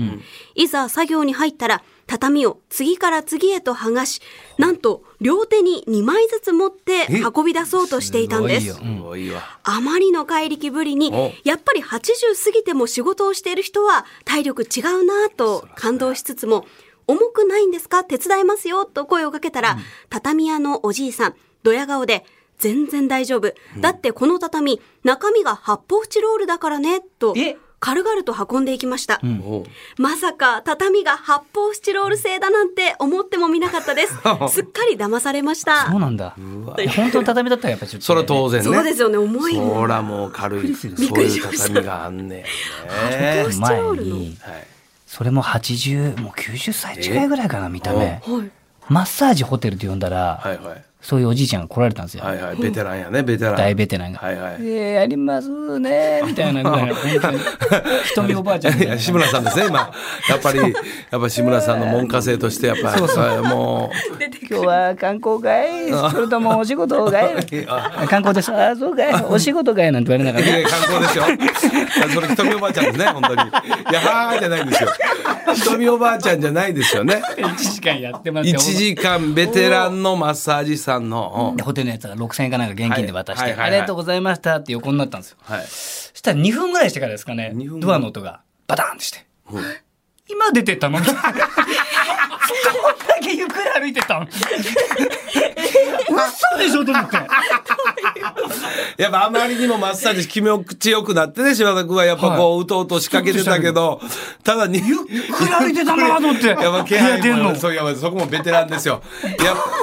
Speaker 3: いざ作業に入ったら畳を次から次へと剥がしなんと両手に2枚ずつ持って運び出そうとしていたんです
Speaker 2: すごいよ
Speaker 1: すごいわ
Speaker 3: あまりの怪力ぶりに
Speaker 1: お
Speaker 3: やっぱり80過ぎても仕事をしている人は体力違うなぁと感動しつつも重くないんですか手伝いますよと声をかけたら、畳屋のおじいさんドヤ顔で全然大丈夫、だってこの畳中身が発泡スチロールだからねと
Speaker 2: え
Speaker 3: 軽々と運んでいきました、
Speaker 1: おう
Speaker 3: まさか畳が発泡スチロール製だなんて思ってもみな かったですすっかり騙されました
Speaker 2: そうなんだ。いや本当の畳だったらやっぱちょっと。
Speaker 1: それは当然ね
Speaker 3: そうですよね重いもん
Speaker 1: そらもう軽いそう
Speaker 3: びっくりし
Speaker 1: い
Speaker 3: ま
Speaker 1: う
Speaker 3: した
Speaker 1: 畳があんねんね
Speaker 2: 前
Speaker 3: スチロールの
Speaker 2: に、
Speaker 1: はい
Speaker 2: それも80、もう90歳近いぐらいかな、見た目。
Speaker 3: はい
Speaker 2: マッサージホテルって呼んだ
Speaker 1: は
Speaker 2: ら、
Speaker 1: いはい
Speaker 2: そういうおじいちゃんが来られたんですよ。
Speaker 1: はいはいベテランやねベテラン
Speaker 2: 大ベテランが。
Speaker 1: はいはい
Speaker 2: えーやりますねーみたいなぐ らいの、本当に。一人おばあちゃん
Speaker 1: い
Speaker 2: みたいな
Speaker 1: や。志村さんですね今やっぱりやっぱ志村さんの門下生としてやっぱはいも
Speaker 2: 今日は観光会それともお仕事会
Speaker 1: あ
Speaker 2: 観光です。ああ、そうかい。お仕事会なんて言われなが
Speaker 1: うい や
Speaker 2: ら。
Speaker 1: 観光ですよそれ瞳おばあちゃんですね本当にいやはーじゃないんですよ瞳おばあちゃんじゃないですよね
Speaker 2: 1時間やってもらって。
Speaker 1: 1時間ベテランのマッサージさんの、うん
Speaker 2: でホテルのやつが6000円かなんか現金で渡して、
Speaker 1: はいはいはいはい
Speaker 2: ありがとうございましたって横になったんですよ。
Speaker 1: はい
Speaker 2: そしたら2分ぐらいしてからですかね
Speaker 1: 二分、ぐら
Speaker 2: ド
Speaker 1: い
Speaker 2: アの音がバタンってして。今出てったのみたいなどんだけゆっくり歩いてったの嘘でしょと思って。
Speaker 1: やっぱあまりにもマッサ ージ気持ちよくなってね、柴田君はやっぱこう、うとうと仕掛けてたけど、ただに、ゆっ
Speaker 2: くり歩いてたなと思って
Speaker 1: やっぱ気配
Speaker 2: いや出ん
Speaker 1: も
Speaker 2: の
Speaker 1: そういやそこもベテランですよ。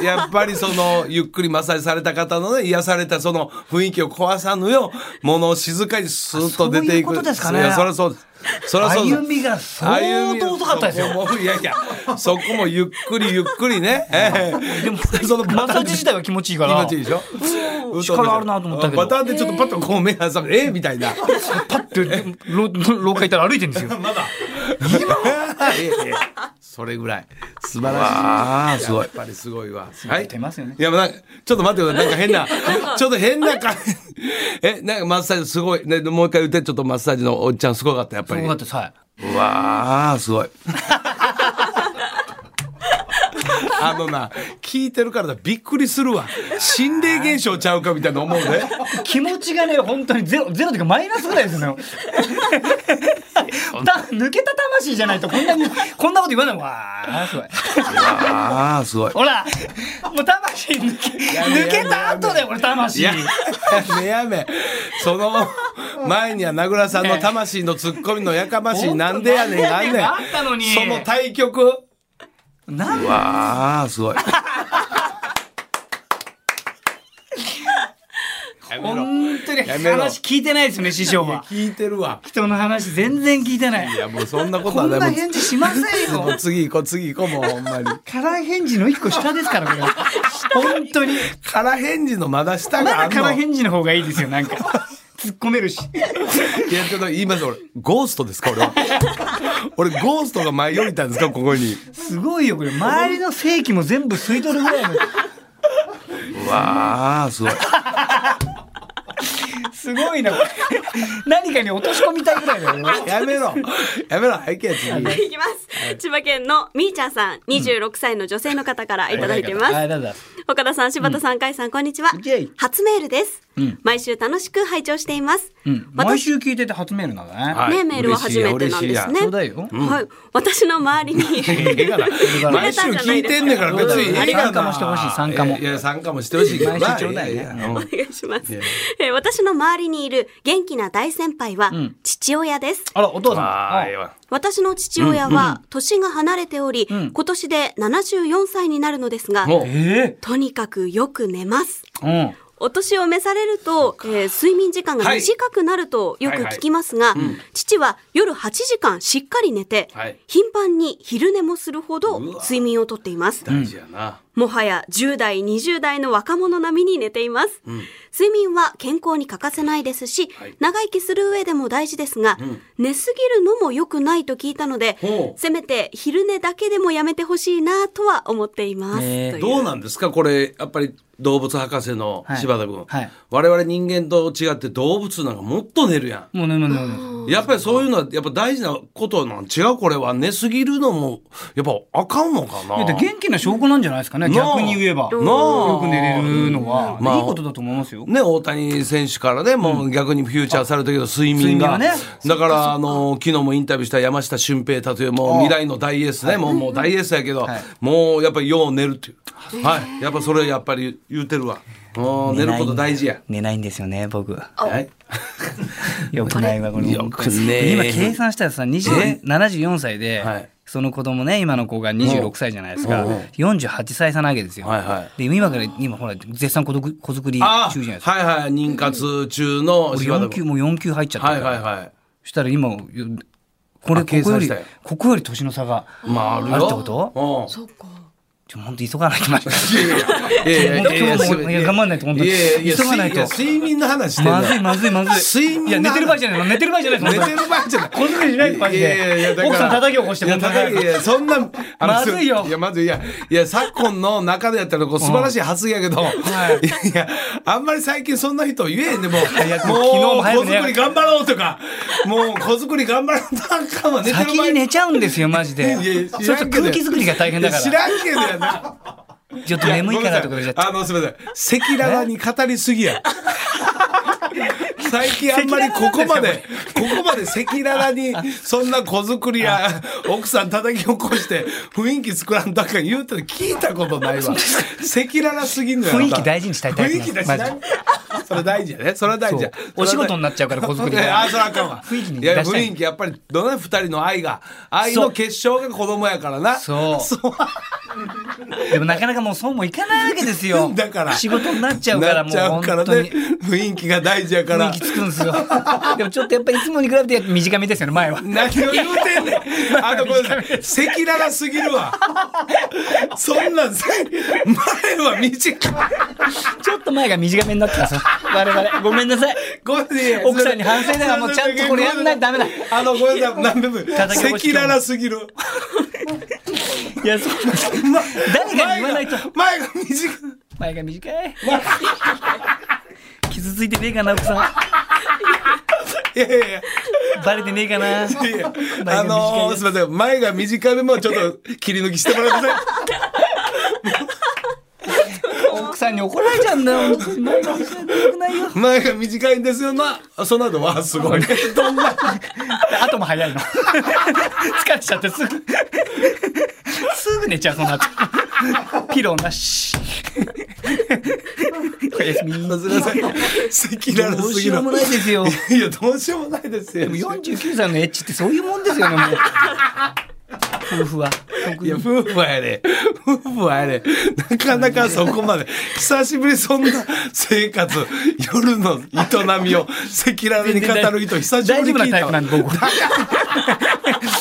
Speaker 1: ややっぱりその、ゆっくりマッサージされた方のね、癒されたその雰囲気を壊さぬよう、ものを静かにスーッと出ていく。
Speaker 2: そういうことですかね
Speaker 1: いやそりゃそうです。そりゃそうです。
Speaker 2: 歩みが相当遅かったですよ。
Speaker 1: 歩みそこもいやいや、そこもゆっくりゆっくりね。ええ
Speaker 2: でも、
Speaker 1: その
Speaker 2: マッサージ自体は気持ちいいか
Speaker 1: 気
Speaker 2: ら。
Speaker 1: 持ちいいでしょ
Speaker 2: 力あるなと思ったけど
Speaker 1: バターンでちょっとパッとこう目が覚めるえーみたいな。
Speaker 2: パッてろろ廊下行ったら歩いてるんですよ。
Speaker 1: いやいやそれぐらい素晴らしい。ああすごい。やっぱりすごいわ。はい。
Speaker 2: 出ますよね
Speaker 1: いやなんかちょっと待ってください。なんか変なちょっと変な 感じ。えなんかマッサージすごい。ねもう一回言ってちょっとマッサージのおっちゃんすごかったやっぱり。
Speaker 2: そうだってさ、
Speaker 1: うわあすごい。 あのな聞いてるからだびっくりするわ心霊現象ちゃうかみたいな思うね
Speaker 2: 気持ちがね、本当にゼロ、ゼロというかマイナスぐらいですよ。だ抜けた魂じゃないとこんなにこんなこと言わないわあすごい
Speaker 1: ああ、すごい。
Speaker 2: ほらもう魂抜け抜けた後だよ俺魂
Speaker 1: いや、めやめ。その前には名倉さんの魂のツッコミのやかましい、なんでやねん、なんねん。
Speaker 2: あったのに
Speaker 1: その対局。
Speaker 2: なんで
Speaker 1: わあ、すごい。やめろ
Speaker 2: 本当に
Speaker 1: やめろ
Speaker 2: 話聞いてないですね師匠
Speaker 1: いや
Speaker 2: は
Speaker 1: 聞いてるわ。
Speaker 2: 人の話全然聞いてない
Speaker 1: いや、もうそんなこと
Speaker 2: こ
Speaker 1: は
Speaker 2: ん
Speaker 1: ね
Speaker 2: な
Speaker 1: もう
Speaker 2: 返事しません
Speaker 1: もう
Speaker 2: よ
Speaker 1: 次行こう、次行こう、もうほんまに。
Speaker 2: 空返事の一個下ですからこれ 本当に
Speaker 1: 空返事のまだ下
Speaker 2: ま
Speaker 1: があ
Speaker 2: だ
Speaker 1: んの。
Speaker 2: 空返事の方がいいですよなんか突っ込めるし
Speaker 1: いや、ちょっと言います、俺。ゴーストですか、俺は。俺、ゴーストが舞い降りたんですか、ここに。
Speaker 2: すごいよこれ周りの正気も全部吸い取るぐらいの
Speaker 1: わあ、すごい。
Speaker 2: すごいなこれ何かに落とし込みたいぐらいだよね
Speaker 1: やめろ。やめろ、早くやつ。
Speaker 3: いきます。千葉県のみーちゃんさん、26歳の女性の方からいただいてます。
Speaker 2: あだだ
Speaker 3: 岡田さん、柴田さん、甲斐さん、こんにちは
Speaker 2: イェイ。
Speaker 3: 初メールです。毎週楽しく拝聴しています。
Speaker 2: うん
Speaker 3: 私
Speaker 2: 毎週聞いてて初メールなんだね、
Speaker 1: はい
Speaker 3: ね、メールは初めてなんで
Speaker 1: 嬉しいや
Speaker 3: す
Speaker 1: 嬉
Speaker 3: ね。
Speaker 2: しいやそうだよ
Speaker 3: はい、私の周り にいる。
Speaker 1: ええ がな毎週聞いてんねんから、別にええがな。
Speaker 2: ありがとう参加もしてほしい参加も
Speaker 1: いや、参加もしてほしいけどな。
Speaker 2: 毎週ちょうだいね
Speaker 1: やや
Speaker 3: お願いします。えー私の周りにいる元気な大先輩は父親です。
Speaker 2: あらお父さん
Speaker 1: あーええ
Speaker 2: あ
Speaker 1: わ
Speaker 3: 私の父親は年が離れており、
Speaker 2: ん
Speaker 3: 今年で74歳になるのですが、
Speaker 1: もう
Speaker 2: え
Speaker 3: とにかくよく寝ます。
Speaker 2: うん
Speaker 3: お年を召されると、えー睡眠時間が短くなるとよく聞きますが、父は夜8時間しっかり寝て、
Speaker 1: はい
Speaker 3: 頻繁に昼寝もするほど
Speaker 1: うわ
Speaker 3: 睡眠をとっています。
Speaker 1: 大事やな。
Speaker 3: もはや10代、20代の若者並みに寝ています。睡眠は健康に欠かせないですし、
Speaker 1: い
Speaker 3: 長生きする上でも大事ですが、寝すぎるのも良くないと聞いたので
Speaker 1: ほ、う
Speaker 3: せめて昼寝だけでもやめてほしいなとは思っています。
Speaker 2: ねえ
Speaker 3: という
Speaker 1: どうなんですかこれやっぱり動物博士の
Speaker 2: はい
Speaker 1: 柴田君、
Speaker 2: はい
Speaker 1: 我々人間と違って動物なんかもっと寝るやん、
Speaker 2: もうねもうねもうね
Speaker 1: やっぱりそういうのはやっぱ大事なことなん違うこれは寝すぎるのもやっぱあかんのか
Speaker 2: い
Speaker 1: な
Speaker 2: やで元気な証拠なんじゃないですかね
Speaker 1: なあ
Speaker 2: 逆に言え
Speaker 1: な
Speaker 2: ば
Speaker 1: あ
Speaker 2: よく寝れるのは、
Speaker 1: うんまあ
Speaker 2: いいことだと思いますよ、
Speaker 1: ね、大谷選手からね、もう逆にフューチャーされたけど、睡眠が。
Speaker 2: 睡眠がね
Speaker 1: だから、あの、昨日もインタビューした山下俊平太という、もう
Speaker 2: ああ
Speaker 1: 未来の大エースね、もう、もう大エースやけど、
Speaker 2: はい
Speaker 1: もうやっぱりよう寝るっていう。はい。やっぱそれやっぱり言うてるわ。もう寝ること大事や。
Speaker 2: 寝ないんですよね僕
Speaker 1: はい。
Speaker 2: よくないわこれ
Speaker 1: よくね
Speaker 2: 今計算したらさ20 74歳で、
Speaker 1: はい
Speaker 2: その子供ね今の子が26歳じゃないですか
Speaker 1: うんうん
Speaker 2: 48歳差なわけですよ、
Speaker 1: はいはい。
Speaker 2: で今から今ほら絶賛子どく子作り
Speaker 1: あ
Speaker 2: 中じゃないですか
Speaker 1: はいはい。妊活中の
Speaker 2: 俺
Speaker 1: 柴田
Speaker 2: 4級
Speaker 1: 君。
Speaker 2: もう4級入っちゃったか
Speaker 1: はい
Speaker 2: ら、
Speaker 1: はいはい。
Speaker 2: したら今よこれ
Speaker 1: あ
Speaker 2: ここよ
Speaker 1: 計算し
Speaker 2: り
Speaker 1: たよ
Speaker 2: ここより年の差が
Speaker 1: まあ、あるよ。
Speaker 2: あるってこと
Speaker 1: うん。
Speaker 3: そうか。
Speaker 2: ちょ本当急がないとまず
Speaker 1: いやい
Speaker 2: もう今日もいや頑張んないと本当に
Speaker 1: いやいや、
Speaker 2: 急がないと
Speaker 1: 睡睡眠の話してんのよ
Speaker 2: いまずいまずい
Speaker 1: 睡眠
Speaker 2: いや寝てる場合じゃない寝てる場合じゃない
Speaker 1: 寝
Speaker 2: 本当
Speaker 1: て
Speaker 2: に
Speaker 1: る場合じゃない。
Speaker 2: こんなにいないマジで
Speaker 1: いやいやいやだから
Speaker 2: 奥さん叩き起こして
Speaker 1: いや、
Speaker 2: 本当
Speaker 1: 叩
Speaker 2: に
Speaker 1: きいや、そんな、あの
Speaker 2: まずいよ
Speaker 1: いや、まずい、いや、いや、昨今の中でやったら、こう、素晴らしい発言やけど、いや、あんまり最近そんな人言えへんで、もう、
Speaker 2: く
Speaker 1: もう
Speaker 2: 昨日も早
Speaker 1: 子
Speaker 2: くね
Speaker 1: 作り頑張ろうとか、もう、子作り頑張ろうとかは寝てる場合
Speaker 2: 先に寝ちゃうんですよマジで
Speaker 1: いやいや
Speaker 2: そう
Speaker 1: 知
Speaker 2: す
Speaker 1: ら
Speaker 2: る
Speaker 1: んけ
Speaker 2: と
Speaker 1: ど
Speaker 2: 空気作りが大変だか
Speaker 1: 知ら
Speaker 2: ら
Speaker 1: んけどやな。
Speaker 2: ちょっと眠いからって
Speaker 1: ご
Speaker 2: こ
Speaker 1: め
Speaker 2: と
Speaker 1: ん
Speaker 2: じ
Speaker 1: な
Speaker 2: ゃ
Speaker 1: さいあの、すみません。赤裸々に語りすぎや。最近あんまりここまで、ここまで赤裸々に、そんな子作りや、奥さん叩き起こして、雰囲気作らんとあかん言うてるの聞いたことないわ。赤裸々すぎんのやろ
Speaker 2: 雰囲気大事にしたいタイ
Speaker 1: 雰囲
Speaker 2: プなん
Speaker 1: 気
Speaker 2: で
Speaker 1: 大
Speaker 2: す
Speaker 1: 事なそれ大事やね。それは大事や
Speaker 2: そう。お仕事になっちゃうから子作りが
Speaker 1: いやあ、それあかんわ。
Speaker 2: 雰囲気に
Speaker 1: いや、
Speaker 2: 出したい
Speaker 1: 雰囲気、やっぱり、どの二人の愛が、愛の結晶が子供やからな。
Speaker 2: そう
Speaker 1: そう。
Speaker 2: でもなかなかもうそうもいかないわけですよ
Speaker 1: だから
Speaker 2: 仕事になっちゃうか
Speaker 1: な
Speaker 2: らも
Speaker 1: っ
Speaker 2: う
Speaker 1: ちゃうから
Speaker 2: 本
Speaker 1: ね
Speaker 2: 当に
Speaker 1: 雰囲気が大事やか
Speaker 2: 雰
Speaker 1: ら
Speaker 2: 囲気つくん ですよでもちょっとやっぱりいつもに比べて短めですよね前は
Speaker 1: 何を言うてんね んあのごめんなさい赤裸々すぎるわそんなんせ前は短い
Speaker 2: ちょっと前が短めになってます我々ごめんなさい
Speaker 1: ごめんなさい
Speaker 2: 奥さんに反省だからもうちゃんとこれやんないとダメだ
Speaker 1: あのごめんなさい何でも赤
Speaker 2: 叩き起こして
Speaker 1: 裸々すぎる
Speaker 2: いやそう 誰かに言わないと
Speaker 1: 前が前が短い
Speaker 2: 前が短 い傷ついてねえかな奥さん
Speaker 1: いやいやいや
Speaker 2: バレてねえかない
Speaker 1: やいや
Speaker 2: 前が短い
Speaker 1: あのーすみません前が短めもちょっと切り抜きしてもらってください奥
Speaker 2: さんに怒られちゃうんだよ。毎回一緒にやりたくないよ。
Speaker 1: 前が短いんですよな。その後はすごい。どんな。
Speaker 2: 後も早いの。 疲れちゃってすぐ。すぐ寝ちゃう、その後。ピローなし。おやすみ。
Speaker 1: すみません。赤裸
Speaker 2: ど
Speaker 1: 々
Speaker 2: う
Speaker 1: す
Speaker 2: し
Speaker 1: ぎ
Speaker 2: よう
Speaker 1: る
Speaker 2: も。ないですよ。
Speaker 1: いや、どうしようもないですよ。
Speaker 2: でも
Speaker 1: い
Speaker 2: 49歳のエッチってそういうもんですよね、もう。 夫婦は。特
Speaker 1: や、
Speaker 2: に。
Speaker 1: 夫婦はやれ。夫婦はやれ。なかなかそこまで。久しぶりそんな生活、夜の営みを赤裸々に語る人、久しぶ
Speaker 2: 大
Speaker 1: りに
Speaker 2: 丈夫
Speaker 1: 聞
Speaker 2: ないタイプな
Speaker 1: た
Speaker 2: んで、僕。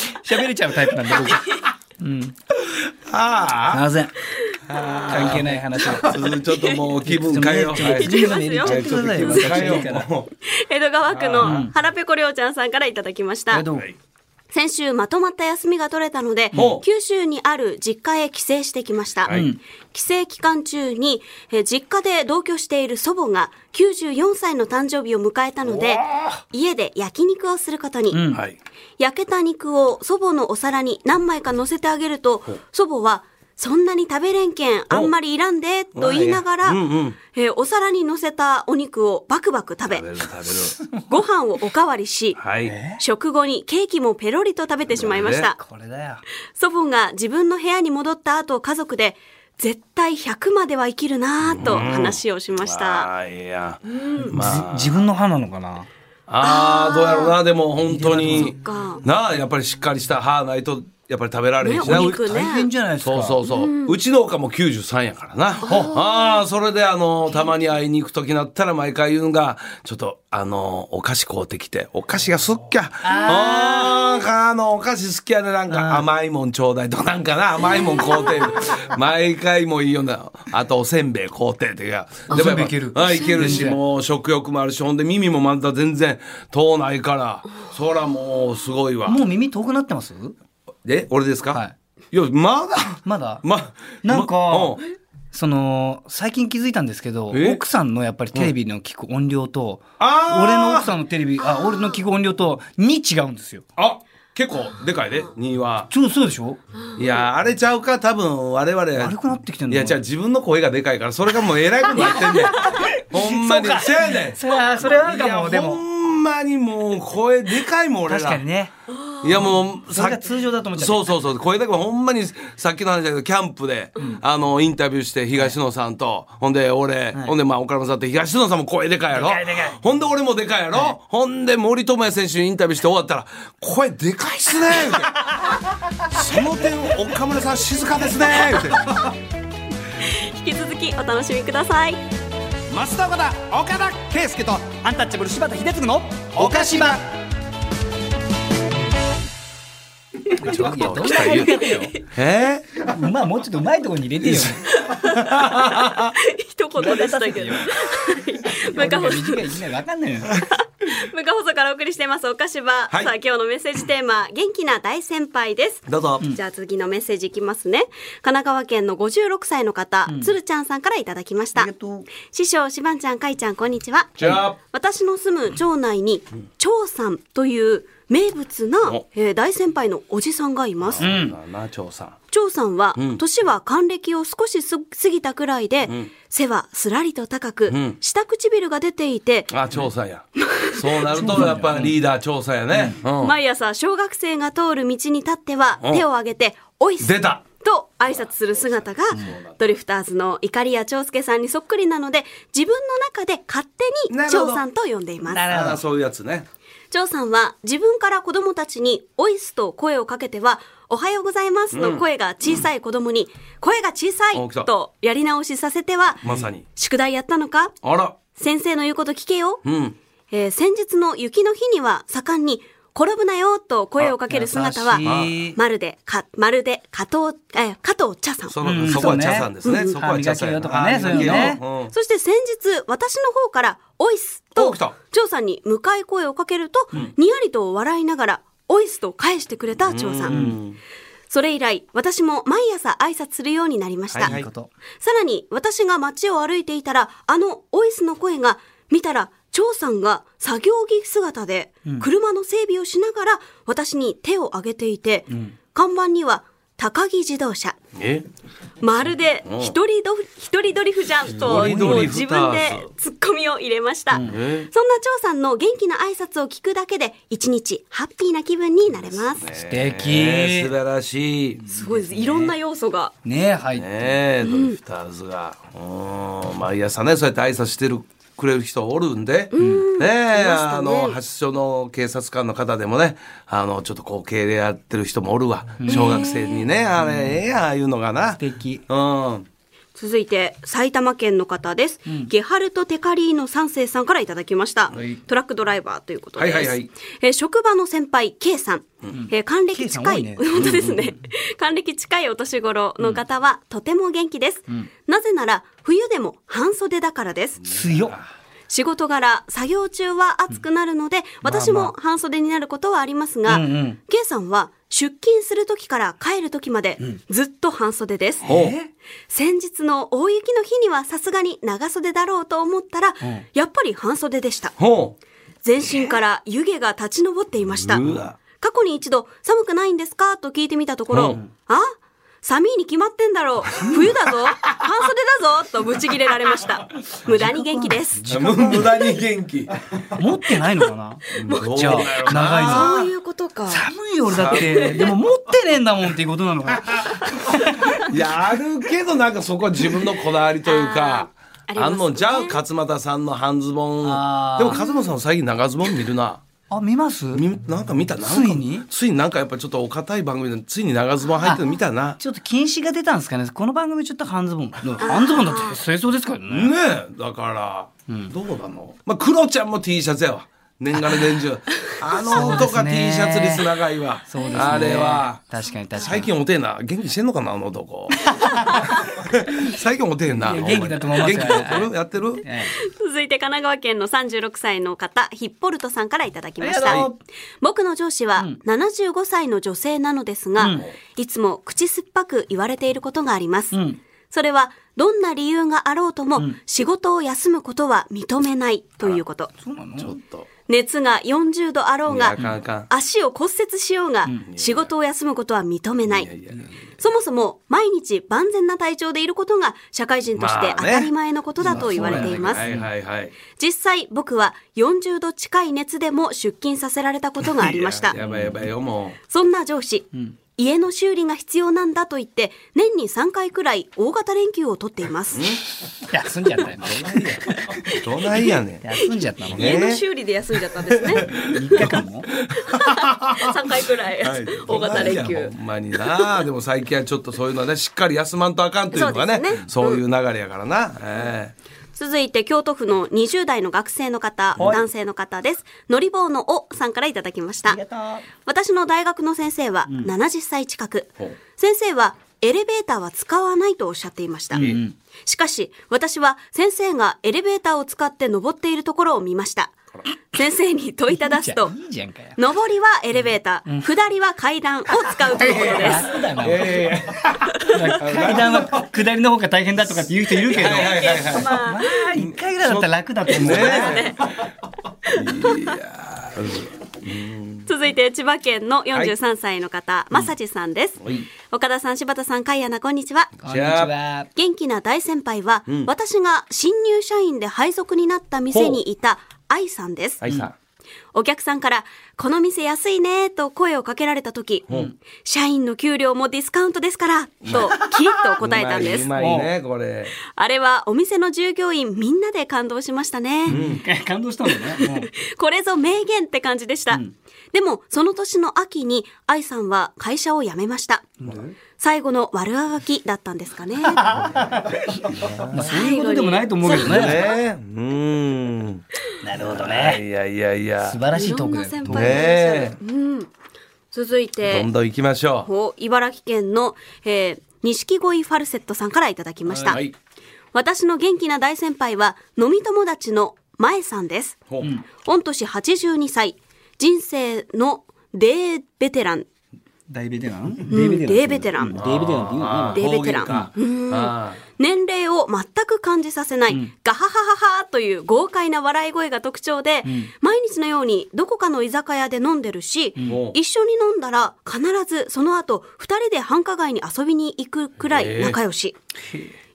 Speaker 2: 喋れちゃうタイプなんで、僕。
Speaker 1: あ
Speaker 2: なぜ 関係ない話を。
Speaker 1: あ。ちょっともう気分変えよう。はい
Speaker 2: 自分のメリット
Speaker 1: は
Speaker 2: 言っ
Speaker 1: い
Speaker 2: て
Speaker 1: ち
Speaker 2: く
Speaker 1: ょ
Speaker 2: だ
Speaker 1: っと
Speaker 2: さい
Speaker 1: 気
Speaker 2: よ
Speaker 1: 分変えよう。もう
Speaker 3: 江戸川区の腹ペコりょうちゃんさんからいただきまし
Speaker 2: あ
Speaker 3: た
Speaker 2: りがと。う
Speaker 3: 先週まとまった休みが取れたので
Speaker 1: ほう、
Speaker 3: 九州にある実家へ帰省してきました。
Speaker 1: い
Speaker 3: 帰省期間中に、え実家で同居している祖母が94歳の誕生日を迎えたので、家で焼肉をすることに。
Speaker 1: はい。
Speaker 3: 焼けた肉を祖母のお皿に何枚か乗せてあげると、祖母は、そんなに食べれんけん、あんまりいらんで、と言いながら、
Speaker 1: うんうん
Speaker 3: えーお皿に乗せたお肉をバクバク食べ
Speaker 1: 食べ、る食べる。
Speaker 3: ご飯をおかわりし、
Speaker 1: はい。
Speaker 3: 食後にケーキもペロリと食べてしまいました。
Speaker 2: これだよ。
Speaker 3: 祖母が自分の部屋に戻った後、家族で、絶対100までは生きるなぁと話をしました。
Speaker 1: あーいや。
Speaker 2: じ自分の歯なのかな
Speaker 1: ああ、どうやろうな、でも本当
Speaker 3: そっ
Speaker 1: に。
Speaker 3: か。
Speaker 1: なあ、やっぱりしっかりした歯ないと、やっぱり食べられへんし
Speaker 3: ね
Speaker 1: な。
Speaker 3: お肉
Speaker 2: 大変じゃないです
Speaker 1: そう
Speaker 2: か。
Speaker 1: そうそう、うちのおかも93やからなああそれであのたまに会いに行く時になったら毎回言うのがちょっとあのお菓子買うてきてお菓子がすっきゃあああのお菓子好きやでなんか甘いもんちょうだいとなんかな甘いもん買う て毎回もういいよなあとおせんべい買うてっていうかでもやっぱ
Speaker 2: おせんべいいける
Speaker 1: あいける
Speaker 2: おせ
Speaker 1: し
Speaker 2: んべい
Speaker 1: もう食欲もあるしほんで耳もまだ全然遠ないからそらもうすごいわ
Speaker 2: もう耳遠くなってます
Speaker 1: え俺ですか、
Speaker 2: はい
Speaker 1: いやまだ
Speaker 2: まだ
Speaker 1: ま、
Speaker 2: なんか
Speaker 1: まうん
Speaker 2: その、最近気づいたんですけど、
Speaker 1: え
Speaker 2: 奥さんのやっぱりテレビの聞く音量と、
Speaker 1: あー
Speaker 2: 俺の奥さんのテレビ、あ、俺の聞く音量と、に違うんですよ。
Speaker 1: あ結構でかいで2は。
Speaker 2: ちょ、そうでしょ
Speaker 1: いやあれちゃうか多分我々。
Speaker 2: 悪くなってきてんの
Speaker 1: いやじゃあ自分の声がでかいからそれがもうえらいことになってん ねん。ほんまに。せやねん。
Speaker 2: それは、それはある
Speaker 1: い
Speaker 2: か
Speaker 1: や
Speaker 2: も、で
Speaker 1: ほ
Speaker 2: も。
Speaker 1: んまにもう声でかいもん俺ら。
Speaker 2: 確かにね。
Speaker 1: いやもう
Speaker 2: それが通常だと思っちゃった
Speaker 1: そうそうそうこれだけはほんまにさっきの話だけどキャンプで、あのインタビューして東野さんと、ほんで俺、ほんでまあ岡山さんって東野さんも声でかいやろ
Speaker 2: でかいでかい
Speaker 1: ほんで俺もでかいやろ、ほんで森友哉選手にインタビューして終わったら「声でかいっすね」言うてその点岡村さん静かですね」言うて。
Speaker 3: 引き続きお楽しみください。
Speaker 4: 増田岡田岡田圭佑とアンタッチャブル柴田秀嗣の岡島
Speaker 1: ちょっと来た言うてよ。え
Speaker 2: まあ、もうちょっとうまいところに入れてよ。
Speaker 3: 一言でしたけど。文化
Speaker 2: 短
Speaker 3: 放
Speaker 2: い
Speaker 3: 送
Speaker 2: 短い、わかんないよ。
Speaker 3: 文化放送からお送りしてます、お菓子場。
Speaker 1: はい
Speaker 3: さあ、今日のメッセージテーマ、元気な大先輩です。
Speaker 1: どうぞ。
Speaker 3: じゃあ次のメッセージいきますね。神奈川県の56歳の方、つるちゃんさんからいただきました。師匠、しばんちゃん、かいちゃん、こんにちは。
Speaker 1: じゃあ
Speaker 3: 私の住む町内に、長さんという名物な
Speaker 1: お、
Speaker 3: えー大先輩のおじさんがいます。
Speaker 1: な長さん。
Speaker 3: 長さんは、
Speaker 1: ん
Speaker 3: 年は還暦を少しす過ぎたくらいで、背はすらりと高く、
Speaker 1: ん
Speaker 3: 下唇が出ていて、
Speaker 1: あ調査や。そうなるとやっぱリーダー調査やね。うん
Speaker 3: 毎朝小学生が通る道に立っては手を挙げて「おいっす
Speaker 1: 出た
Speaker 3: と挨拶する姿がドリフターズのいかりや長介さんにそっくりなので自分の中で勝手
Speaker 1: な
Speaker 3: に
Speaker 1: るほど
Speaker 3: 長さんと呼んでいます
Speaker 1: あーそういうやつね。
Speaker 3: 長さんは自分から子供たちに「おいっす」と声をかけては「おはようございます」の声が小さい子供に「声が小さい
Speaker 1: お来た」
Speaker 3: とやり直しさせては
Speaker 1: まさに
Speaker 3: 「宿題やったのか
Speaker 1: あら。
Speaker 3: 先生の言うこと聞けよ」
Speaker 1: うん。
Speaker 3: えー先日の雪の日には盛んに転ぶなよと声をかける姿は
Speaker 2: あ優しい、
Speaker 3: まるで、か、まるで、加藤、えー加藤茶さん。
Speaker 1: そ
Speaker 3: そ
Speaker 1: の、
Speaker 2: うん
Speaker 1: そこは
Speaker 2: そうね
Speaker 1: 茶さんですね。
Speaker 2: うん
Speaker 1: そこは茶さんやな。
Speaker 2: 歯磨
Speaker 1: あ
Speaker 2: きよとかね
Speaker 1: ー
Speaker 2: そういうのね
Speaker 1: 磨きようん
Speaker 3: して先日、私の方から、おいっす
Speaker 1: お
Speaker 3: と、
Speaker 1: 来た
Speaker 3: 長さんに向かい声をかけると、にやりと笑いながら、おいっすと返してくれた長さん。それ以来、私も毎朝挨拶するようになりました。
Speaker 1: はいはい
Speaker 2: いいこと。
Speaker 3: さらに私が街を歩いていたらあのオイスの声が見たら張さんが作業着姿で車の整備をしながら私に手を挙げていて、看板には高木自動車
Speaker 1: え
Speaker 3: まるで一人ど一人ドリフじゃんと
Speaker 1: 一人
Speaker 3: も
Speaker 1: ド
Speaker 3: う
Speaker 1: リフ
Speaker 3: 自
Speaker 1: ターズ
Speaker 3: 分でツッコミを入れました、そんな
Speaker 1: え
Speaker 3: 張さんの元気な挨拶を聞くだけで一日ハッピーな気分になれますす,、
Speaker 2: 素敵、
Speaker 1: えー素晴らしい。
Speaker 3: ごいですいろんな要素が
Speaker 2: ねはい、
Speaker 1: ねえ、ドリフターズが。うん、毎朝ね、そうやって挨拶してる。くれる人おるんで、ねえ、
Speaker 3: いましたね
Speaker 1: あの発祥の警察官の方でもねあのちょっとこう敬礼やってる人もおるわ、小学生にねあれええやんああいうのがな素
Speaker 2: 敵
Speaker 1: うん
Speaker 3: 続いて埼玉県の方です、ゲハルト・テカリーノ三世さんからいただきました、トラックドライバーということです、
Speaker 1: はいはいはい
Speaker 3: えー職場の先輩 K さん、えー還暦
Speaker 2: K さん
Speaker 3: 近い
Speaker 2: 多いね
Speaker 3: 本当ですね、還暦近いお年頃の方はとても元気です、なぜなら冬でも半袖だからです
Speaker 2: 強っ
Speaker 3: 仕事柄作業中は暑くなるので、私も半袖になることはありますが、K さんは出勤する時から帰る時までずっと半袖です、
Speaker 1: お
Speaker 3: 先日の大雪の日にはさすがに長袖だろうと思ったら、やっぱり半袖でした
Speaker 1: ほ
Speaker 3: 全身から湯気が立ち上っていました
Speaker 1: うわ
Speaker 3: 過去に一度寒くないんですかと聞いてみたところ、
Speaker 1: うん
Speaker 3: あ寒いに決まってん だろう冬だぞ半袖だぞとブチギレられました無駄に元気 です
Speaker 1: う無無駄に元気
Speaker 2: 持ってないのかな
Speaker 1: どう
Speaker 2: じゃ
Speaker 1: だ
Speaker 2: あ長いぞ
Speaker 3: そういうことか
Speaker 2: 寒いよ俺だってでも持ってねえんだもんっていうことなのか
Speaker 1: いやあるけどなんかそこは自分のこだわりというか
Speaker 3: あーあ
Speaker 1: あ,、
Speaker 3: りますね
Speaker 1: んのじゃあ勝俣さんの半ズボン
Speaker 2: あー
Speaker 1: でも勝俣さん最近長ズボン見るな
Speaker 2: あ見ます
Speaker 1: みなんか見たなんか
Speaker 2: ついに
Speaker 1: ついになんかやっぱちょっとお堅い番組でついに長ズボン入ってるの見たな
Speaker 2: ちょっと禁止が出たんですかねこの番組ちょっと半ズボン半ズボンだって清掃ですからね
Speaker 1: ねえだから、どうなのまあクロちゃんも T シャツやわ年がら年 中あのと
Speaker 2: そう
Speaker 1: か
Speaker 2: です
Speaker 1: T
Speaker 2: ね
Speaker 1: シャツ率長いわ
Speaker 2: そうですね
Speaker 1: あれは
Speaker 2: 確かに確か
Speaker 1: 最
Speaker 2: に
Speaker 1: 近おてえな元気してんのかなあの男 最近おてえない
Speaker 2: や元気だと思いますよ
Speaker 1: 元気やってるやってる
Speaker 2: え
Speaker 3: 続いて神奈川県の36歳の方ヒッポルトさんからいただきまし
Speaker 2: ありが
Speaker 3: た
Speaker 2: とう
Speaker 3: 僕の上司は75歳の女性なのですが、いつも口酸っぱく言われていることがあります、
Speaker 2: ん
Speaker 3: それはどんな理由があろうとも仕事を休むことは認めないということ、
Speaker 2: えそうなの
Speaker 1: ちょっと
Speaker 3: 熱が40度あろう
Speaker 1: いやあ
Speaker 3: が
Speaker 1: かんあかん
Speaker 3: 足を骨折しようが仕事を休むことは認めない
Speaker 1: いやいやいや
Speaker 3: そもそも毎日万全な体調でいることが社会人とし
Speaker 1: まあ
Speaker 3: て
Speaker 1: ね
Speaker 3: 当たり前のことだと言われています
Speaker 1: は。いはいはい
Speaker 3: 実際僕は40度近い熱でも出勤させられたことがありました
Speaker 1: いややばいやばいよも
Speaker 3: そんな上司、家の修理が必要なんだと言って年に3回くらい大型連休を取っています
Speaker 2: 休んじゃったよ
Speaker 1: うどないやねん
Speaker 2: 休んじゃったのね
Speaker 1: え
Speaker 3: 家の修理で休んじゃったんです ね
Speaker 2: 3日間も
Speaker 3: 3回くらい 大型連
Speaker 1: いや
Speaker 3: 休
Speaker 1: ほんまになでも最近はちょっとそういうのはねしっかり休まんとあかんというのがね
Speaker 3: そう
Speaker 1: そう
Speaker 3: ですね
Speaker 1: いう流れやからな、ええ
Speaker 3: 続いて京都府の20代の学生の方男性の方ですのりぼうのおさんからいただきました私の大学の先生は70歳近く、
Speaker 1: ほう
Speaker 3: 先生はエレベーターは使わないとおっしゃっていました、しかし私は先生がエレベーターを使って登っているところを見ました先生に問いただすと
Speaker 2: いいじゃんかよ
Speaker 3: 上りはエレベーター、下りは階段を使うとのことです
Speaker 2: 楽だな
Speaker 1: え
Speaker 2: 階段は下りの方が大変だとかって言う人いるけど
Speaker 1: はいはいはいはい
Speaker 2: まあ1回ぐらいだったら楽だと思う
Speaker 1: ね
Speaker 3: 続いて千葉県の43歳の方、まさじさんです、岡田さん柴田さん海なこんにちは
Speaker 2: こんにちは
Speaker 3: 元気な大先輩は、私が新入社員で配属になった店にいた愛さんです、
Speaker 1: はいさ
Speaker 3: お客さんから「この店安いね」と声をかけられた時、社員の給料もディスカウントですから」とキリッと答えたんです
Speaker 1: うまいねこれ
Speaker 3: あれはお店の従業員みんなで感動しましたね、
Speaker 2: 感動したんだねもう
Speaker 3: これぞ名言って感じでした、でもその年の秋に愛さんは会社を辞めました最後の悪あがきだったんですかね
Speaker 2: まあそういうことでもないと思うけどね
Speaker 1: ねうん
Speaker 2: なるほど
Speaker 1: いやいやいや
Speaker 2: 素晴らし
Speaker 3: い
Speaker 2: い
Speaker 3: ろ
Speaker 2: トー
Speaker 3: ん
Speaker 2: ク
Speaker 3: な
Speaker 2: だ
Speaker 3: 先
Speaker 2: よ
Speaker 3: 輩がいらっしゃる、うん、続いて
Speaker 1: どんどん行きましょう
Speaker 3: こう茨城県の、えー、錦鯉ファルセットさんからいただきました、
Speaker 1: はい
Speaker 3: 私の元気な大先輩は飲み友達の前さんです
Speaker 1: ほう
Speaker 3: 御年82歳人生のデーベテラン
Speaker 2: 大ベテラン
Speaker 3: ん大ベテラン
Speaker 4: 大ベテランって言うの
Speaker 1: あー
Speaker 4: ね
Speaker 3: デベテラン
Speaker 1: 方言かあ
Speaker 3: 年齢を全く感じさせない、ガハハハハという豪快な笑い声が特徴で、毎日のようにどこかの居酒屋で飲んでるし、
Speaker 1: ん
Speaker 3: 一緒に飲んだら必ずその後二人で繁華街に遊びに行くくらい仲良し。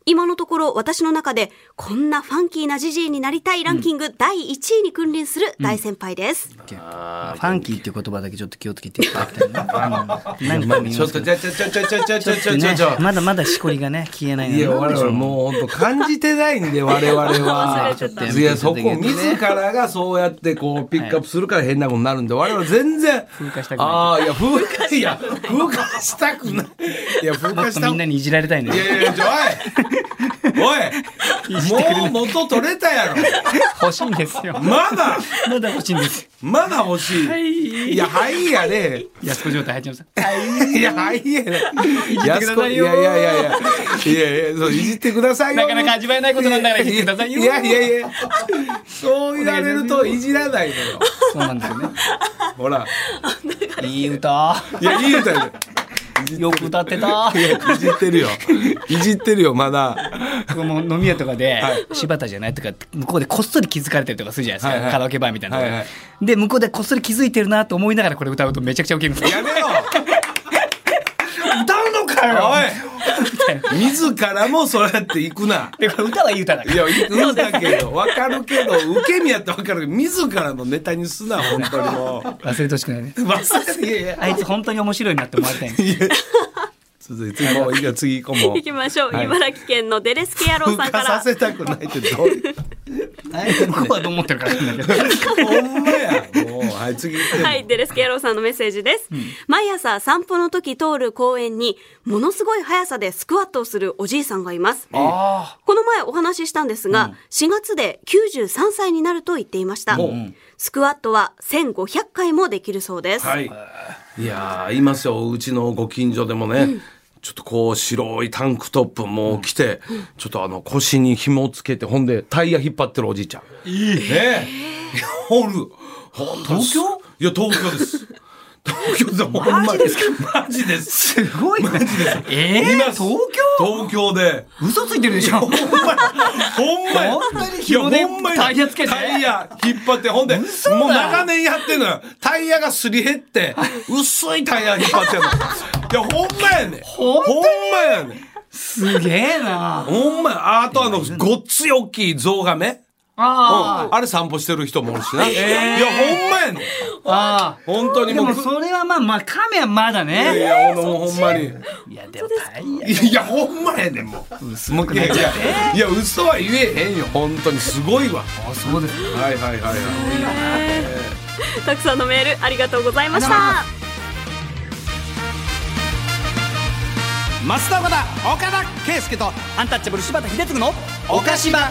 Speaker 3: 今のところ私の中でこんなファンキーなジジイになりたいランキング第1位に君臨する大先輩です。
Speaker 2: ファンキーっていう言葉だけちょっと気をつけていただきたいな。何
Speaker 1: ま
Speaker 2: か
Speaker 1: あちょっとちょちょちょちょちょちょちょちょちょちょ
Speaker 2: まだまだしこりがね消えないの
Speaker 1: い
Speaker 2: で
Speaker 1: や
Speaker 2: なん
Speaker 1: 我
Speaker 2: でしょ
Speaker 1: 々
Speaker 2: う
Speaker 1: もう本当感じてないんで我々は
Speaker 2: ちょっとやめて
Speaker 1: いやそこ
Speaker 2: いただけるとね
Speaker 1: 自らがそうやってこうピックアップするから変なことになるんで我々全然風
Speaker 2: 化したくない
Speaker 1: ああいや風化いや風化したくないいや風
Speaker 2: も
Speaker 1: 化
Speaker 2: っ
Speaker 1: し
Speaker 2: と
Speaker 1: た
Speaker 2: みんなにいじられたいね
Speaker 1: い。やいやちょおいおいもう元取れたやろ
Speaker 2: 欲しいんですよ。
Speaker 1: まだ
Speaker 2: まだ欲しいんです。
Speaker 1: まだ欲しい、い、やはいやね
Speaker 2: 安子状態入っちゃいまし
Speaker 1: いや、はいや、や
Speaker 2: て
Speaker 1: す
Speaker 2: くだ
Speaker 1: こ、
Speaker 2: さい
Speaker 1: い
Speaker 2: よ
Speaker 1: やいやいやいや、いやいや、そう、いじってくださいよ。
Speaker 2: なかなか味わえないことなんだからいじってくださいよ
Speaker 1: いやいやいや、そう言われると、いじらないのよ。
Speaker 2: た。そうなんですよね。
Speaker 1: ほら、
Speaker 2: いい歌。
Speaker 1: いや、いい歌よ。
Speaker 2: よく歌ってた
Speaker 1: い。や、いじってるよ。いじってるよ、まだ。
Speaker 2: この飲み屋とかで、柴田じゃないとかって向こうでこっそり気づかれてるとかするじゃないですか、
Speaker 1: はいはい
Speaker 2: カラオケバーみたいなとこで、
Speaker 1: はいはい
Speaker 2: で向こうでこっそり気づいてるなと思いながらこれ歌うとめちゃくちゃウケるんですよ
Speaker 1: やめろ。歌うのかよ。おい。自らもそうやって行くな。
Speaker 2: でこれ歌はいい歌だから
Speaker 1: いや、言うんだけど、わかるけど、受け身やってわかるけど、自らのネタにすな、本当にもう。
Speaker 2: 忘れてほしくないね
Speaker 1: 忘れて、いやいや。
Speaker 2: あいつ本当に面白いなって思われたいんです
Speaker 1: 続いてもういいよ次行こうもう
Speaker 3: 行きましょう、
Speaker 1: はい
Speaker 3: 茨城県のデレスケ野郎
Speaker 1: 風
Speaker 3: さんか
Speaker 1: 化さ
Speaker 3: ら。
Speaker 1: せたくないってどういう
Speaker 2: 向こうはどう思ってるからいいんだけど
Speaker 1: ほんまやもうはい次行っても
Speaker 3: はい、デレスケ野郎さんのメッセージです。毎朝散歩の時通る公園に、ものすごい速さでスクワットをするおじいさんがいます。こ
Speaker 2: あ
Speaker 3: の前お話ししたんですが、4月で93歳になると言っていました。スクワットは1500回もできるそうです。
Speaker 1: はいいやーいますようちのご近所でもね、ちょっとこう白いタンクトップも着て、ちょっとあの腰に紐をつけてほんでタイヤ引っ張ってるおじいちゃんいいねえおるほんと東京いや東京です東京でほんまにマジですマジです
Speaker 2: すごいねえー、
Speaker 1: います
Speaker 2: 東京
Speaker 1: 東京で
Speaker 2: 嘘ついてるでしょ
Speaker 1: ほんまや。
Speaker 2: 本当に紐で
Speaker 1: いやほんまや
Speaker 2: タイヤつけて
Speaker 1: タイヤ引っ張って、ほんで、も
Speaker 2: 嘘だ
Speaker 1: う長年やってんのよ。タイヤがすり減って、薄いタイヤ引っ張ってんの。いや、ほんまやねん。
Speaker 2: ほんとに
Speaker 1: ほんまやねん。
Speaker 2: すげえな
Speaker 1: ほんまや。あとあの、ごっつい大きい象がね。
Speaker 2: あー、
Speaker 1: あれ散歩してる人もおるしな。いや、ほんまやねん。
Speaker 2: あー
Speaker 1: 本当に
Speaker 2: で
Speaker 1: もう
Speaker 2: も。それはまあまあ亀はまだ
Speaker 1: いやい
Speaker 2: ね
Speaker 1: や、ほんほんまに。
Speaker 2: いやでもタイヤ
Speaker 1: いや、ほんまやねん、もう。
Speaker 2: すごく
Speaker 1: い
Speaker 2: な
Speaker 1: や
Speaker 2: い
Speaker 1: いや、いや、嘘は言えへんよ。本当にすごいわ。
Speaker 2: あそうです
Speaker 1: はいはいはいはい。
Speaker 3: たくさんのメールありがとうございました。
Speaker 4: 増田岡田岡田圭佑とアンタッチャブル柴田秀嗣のおかしば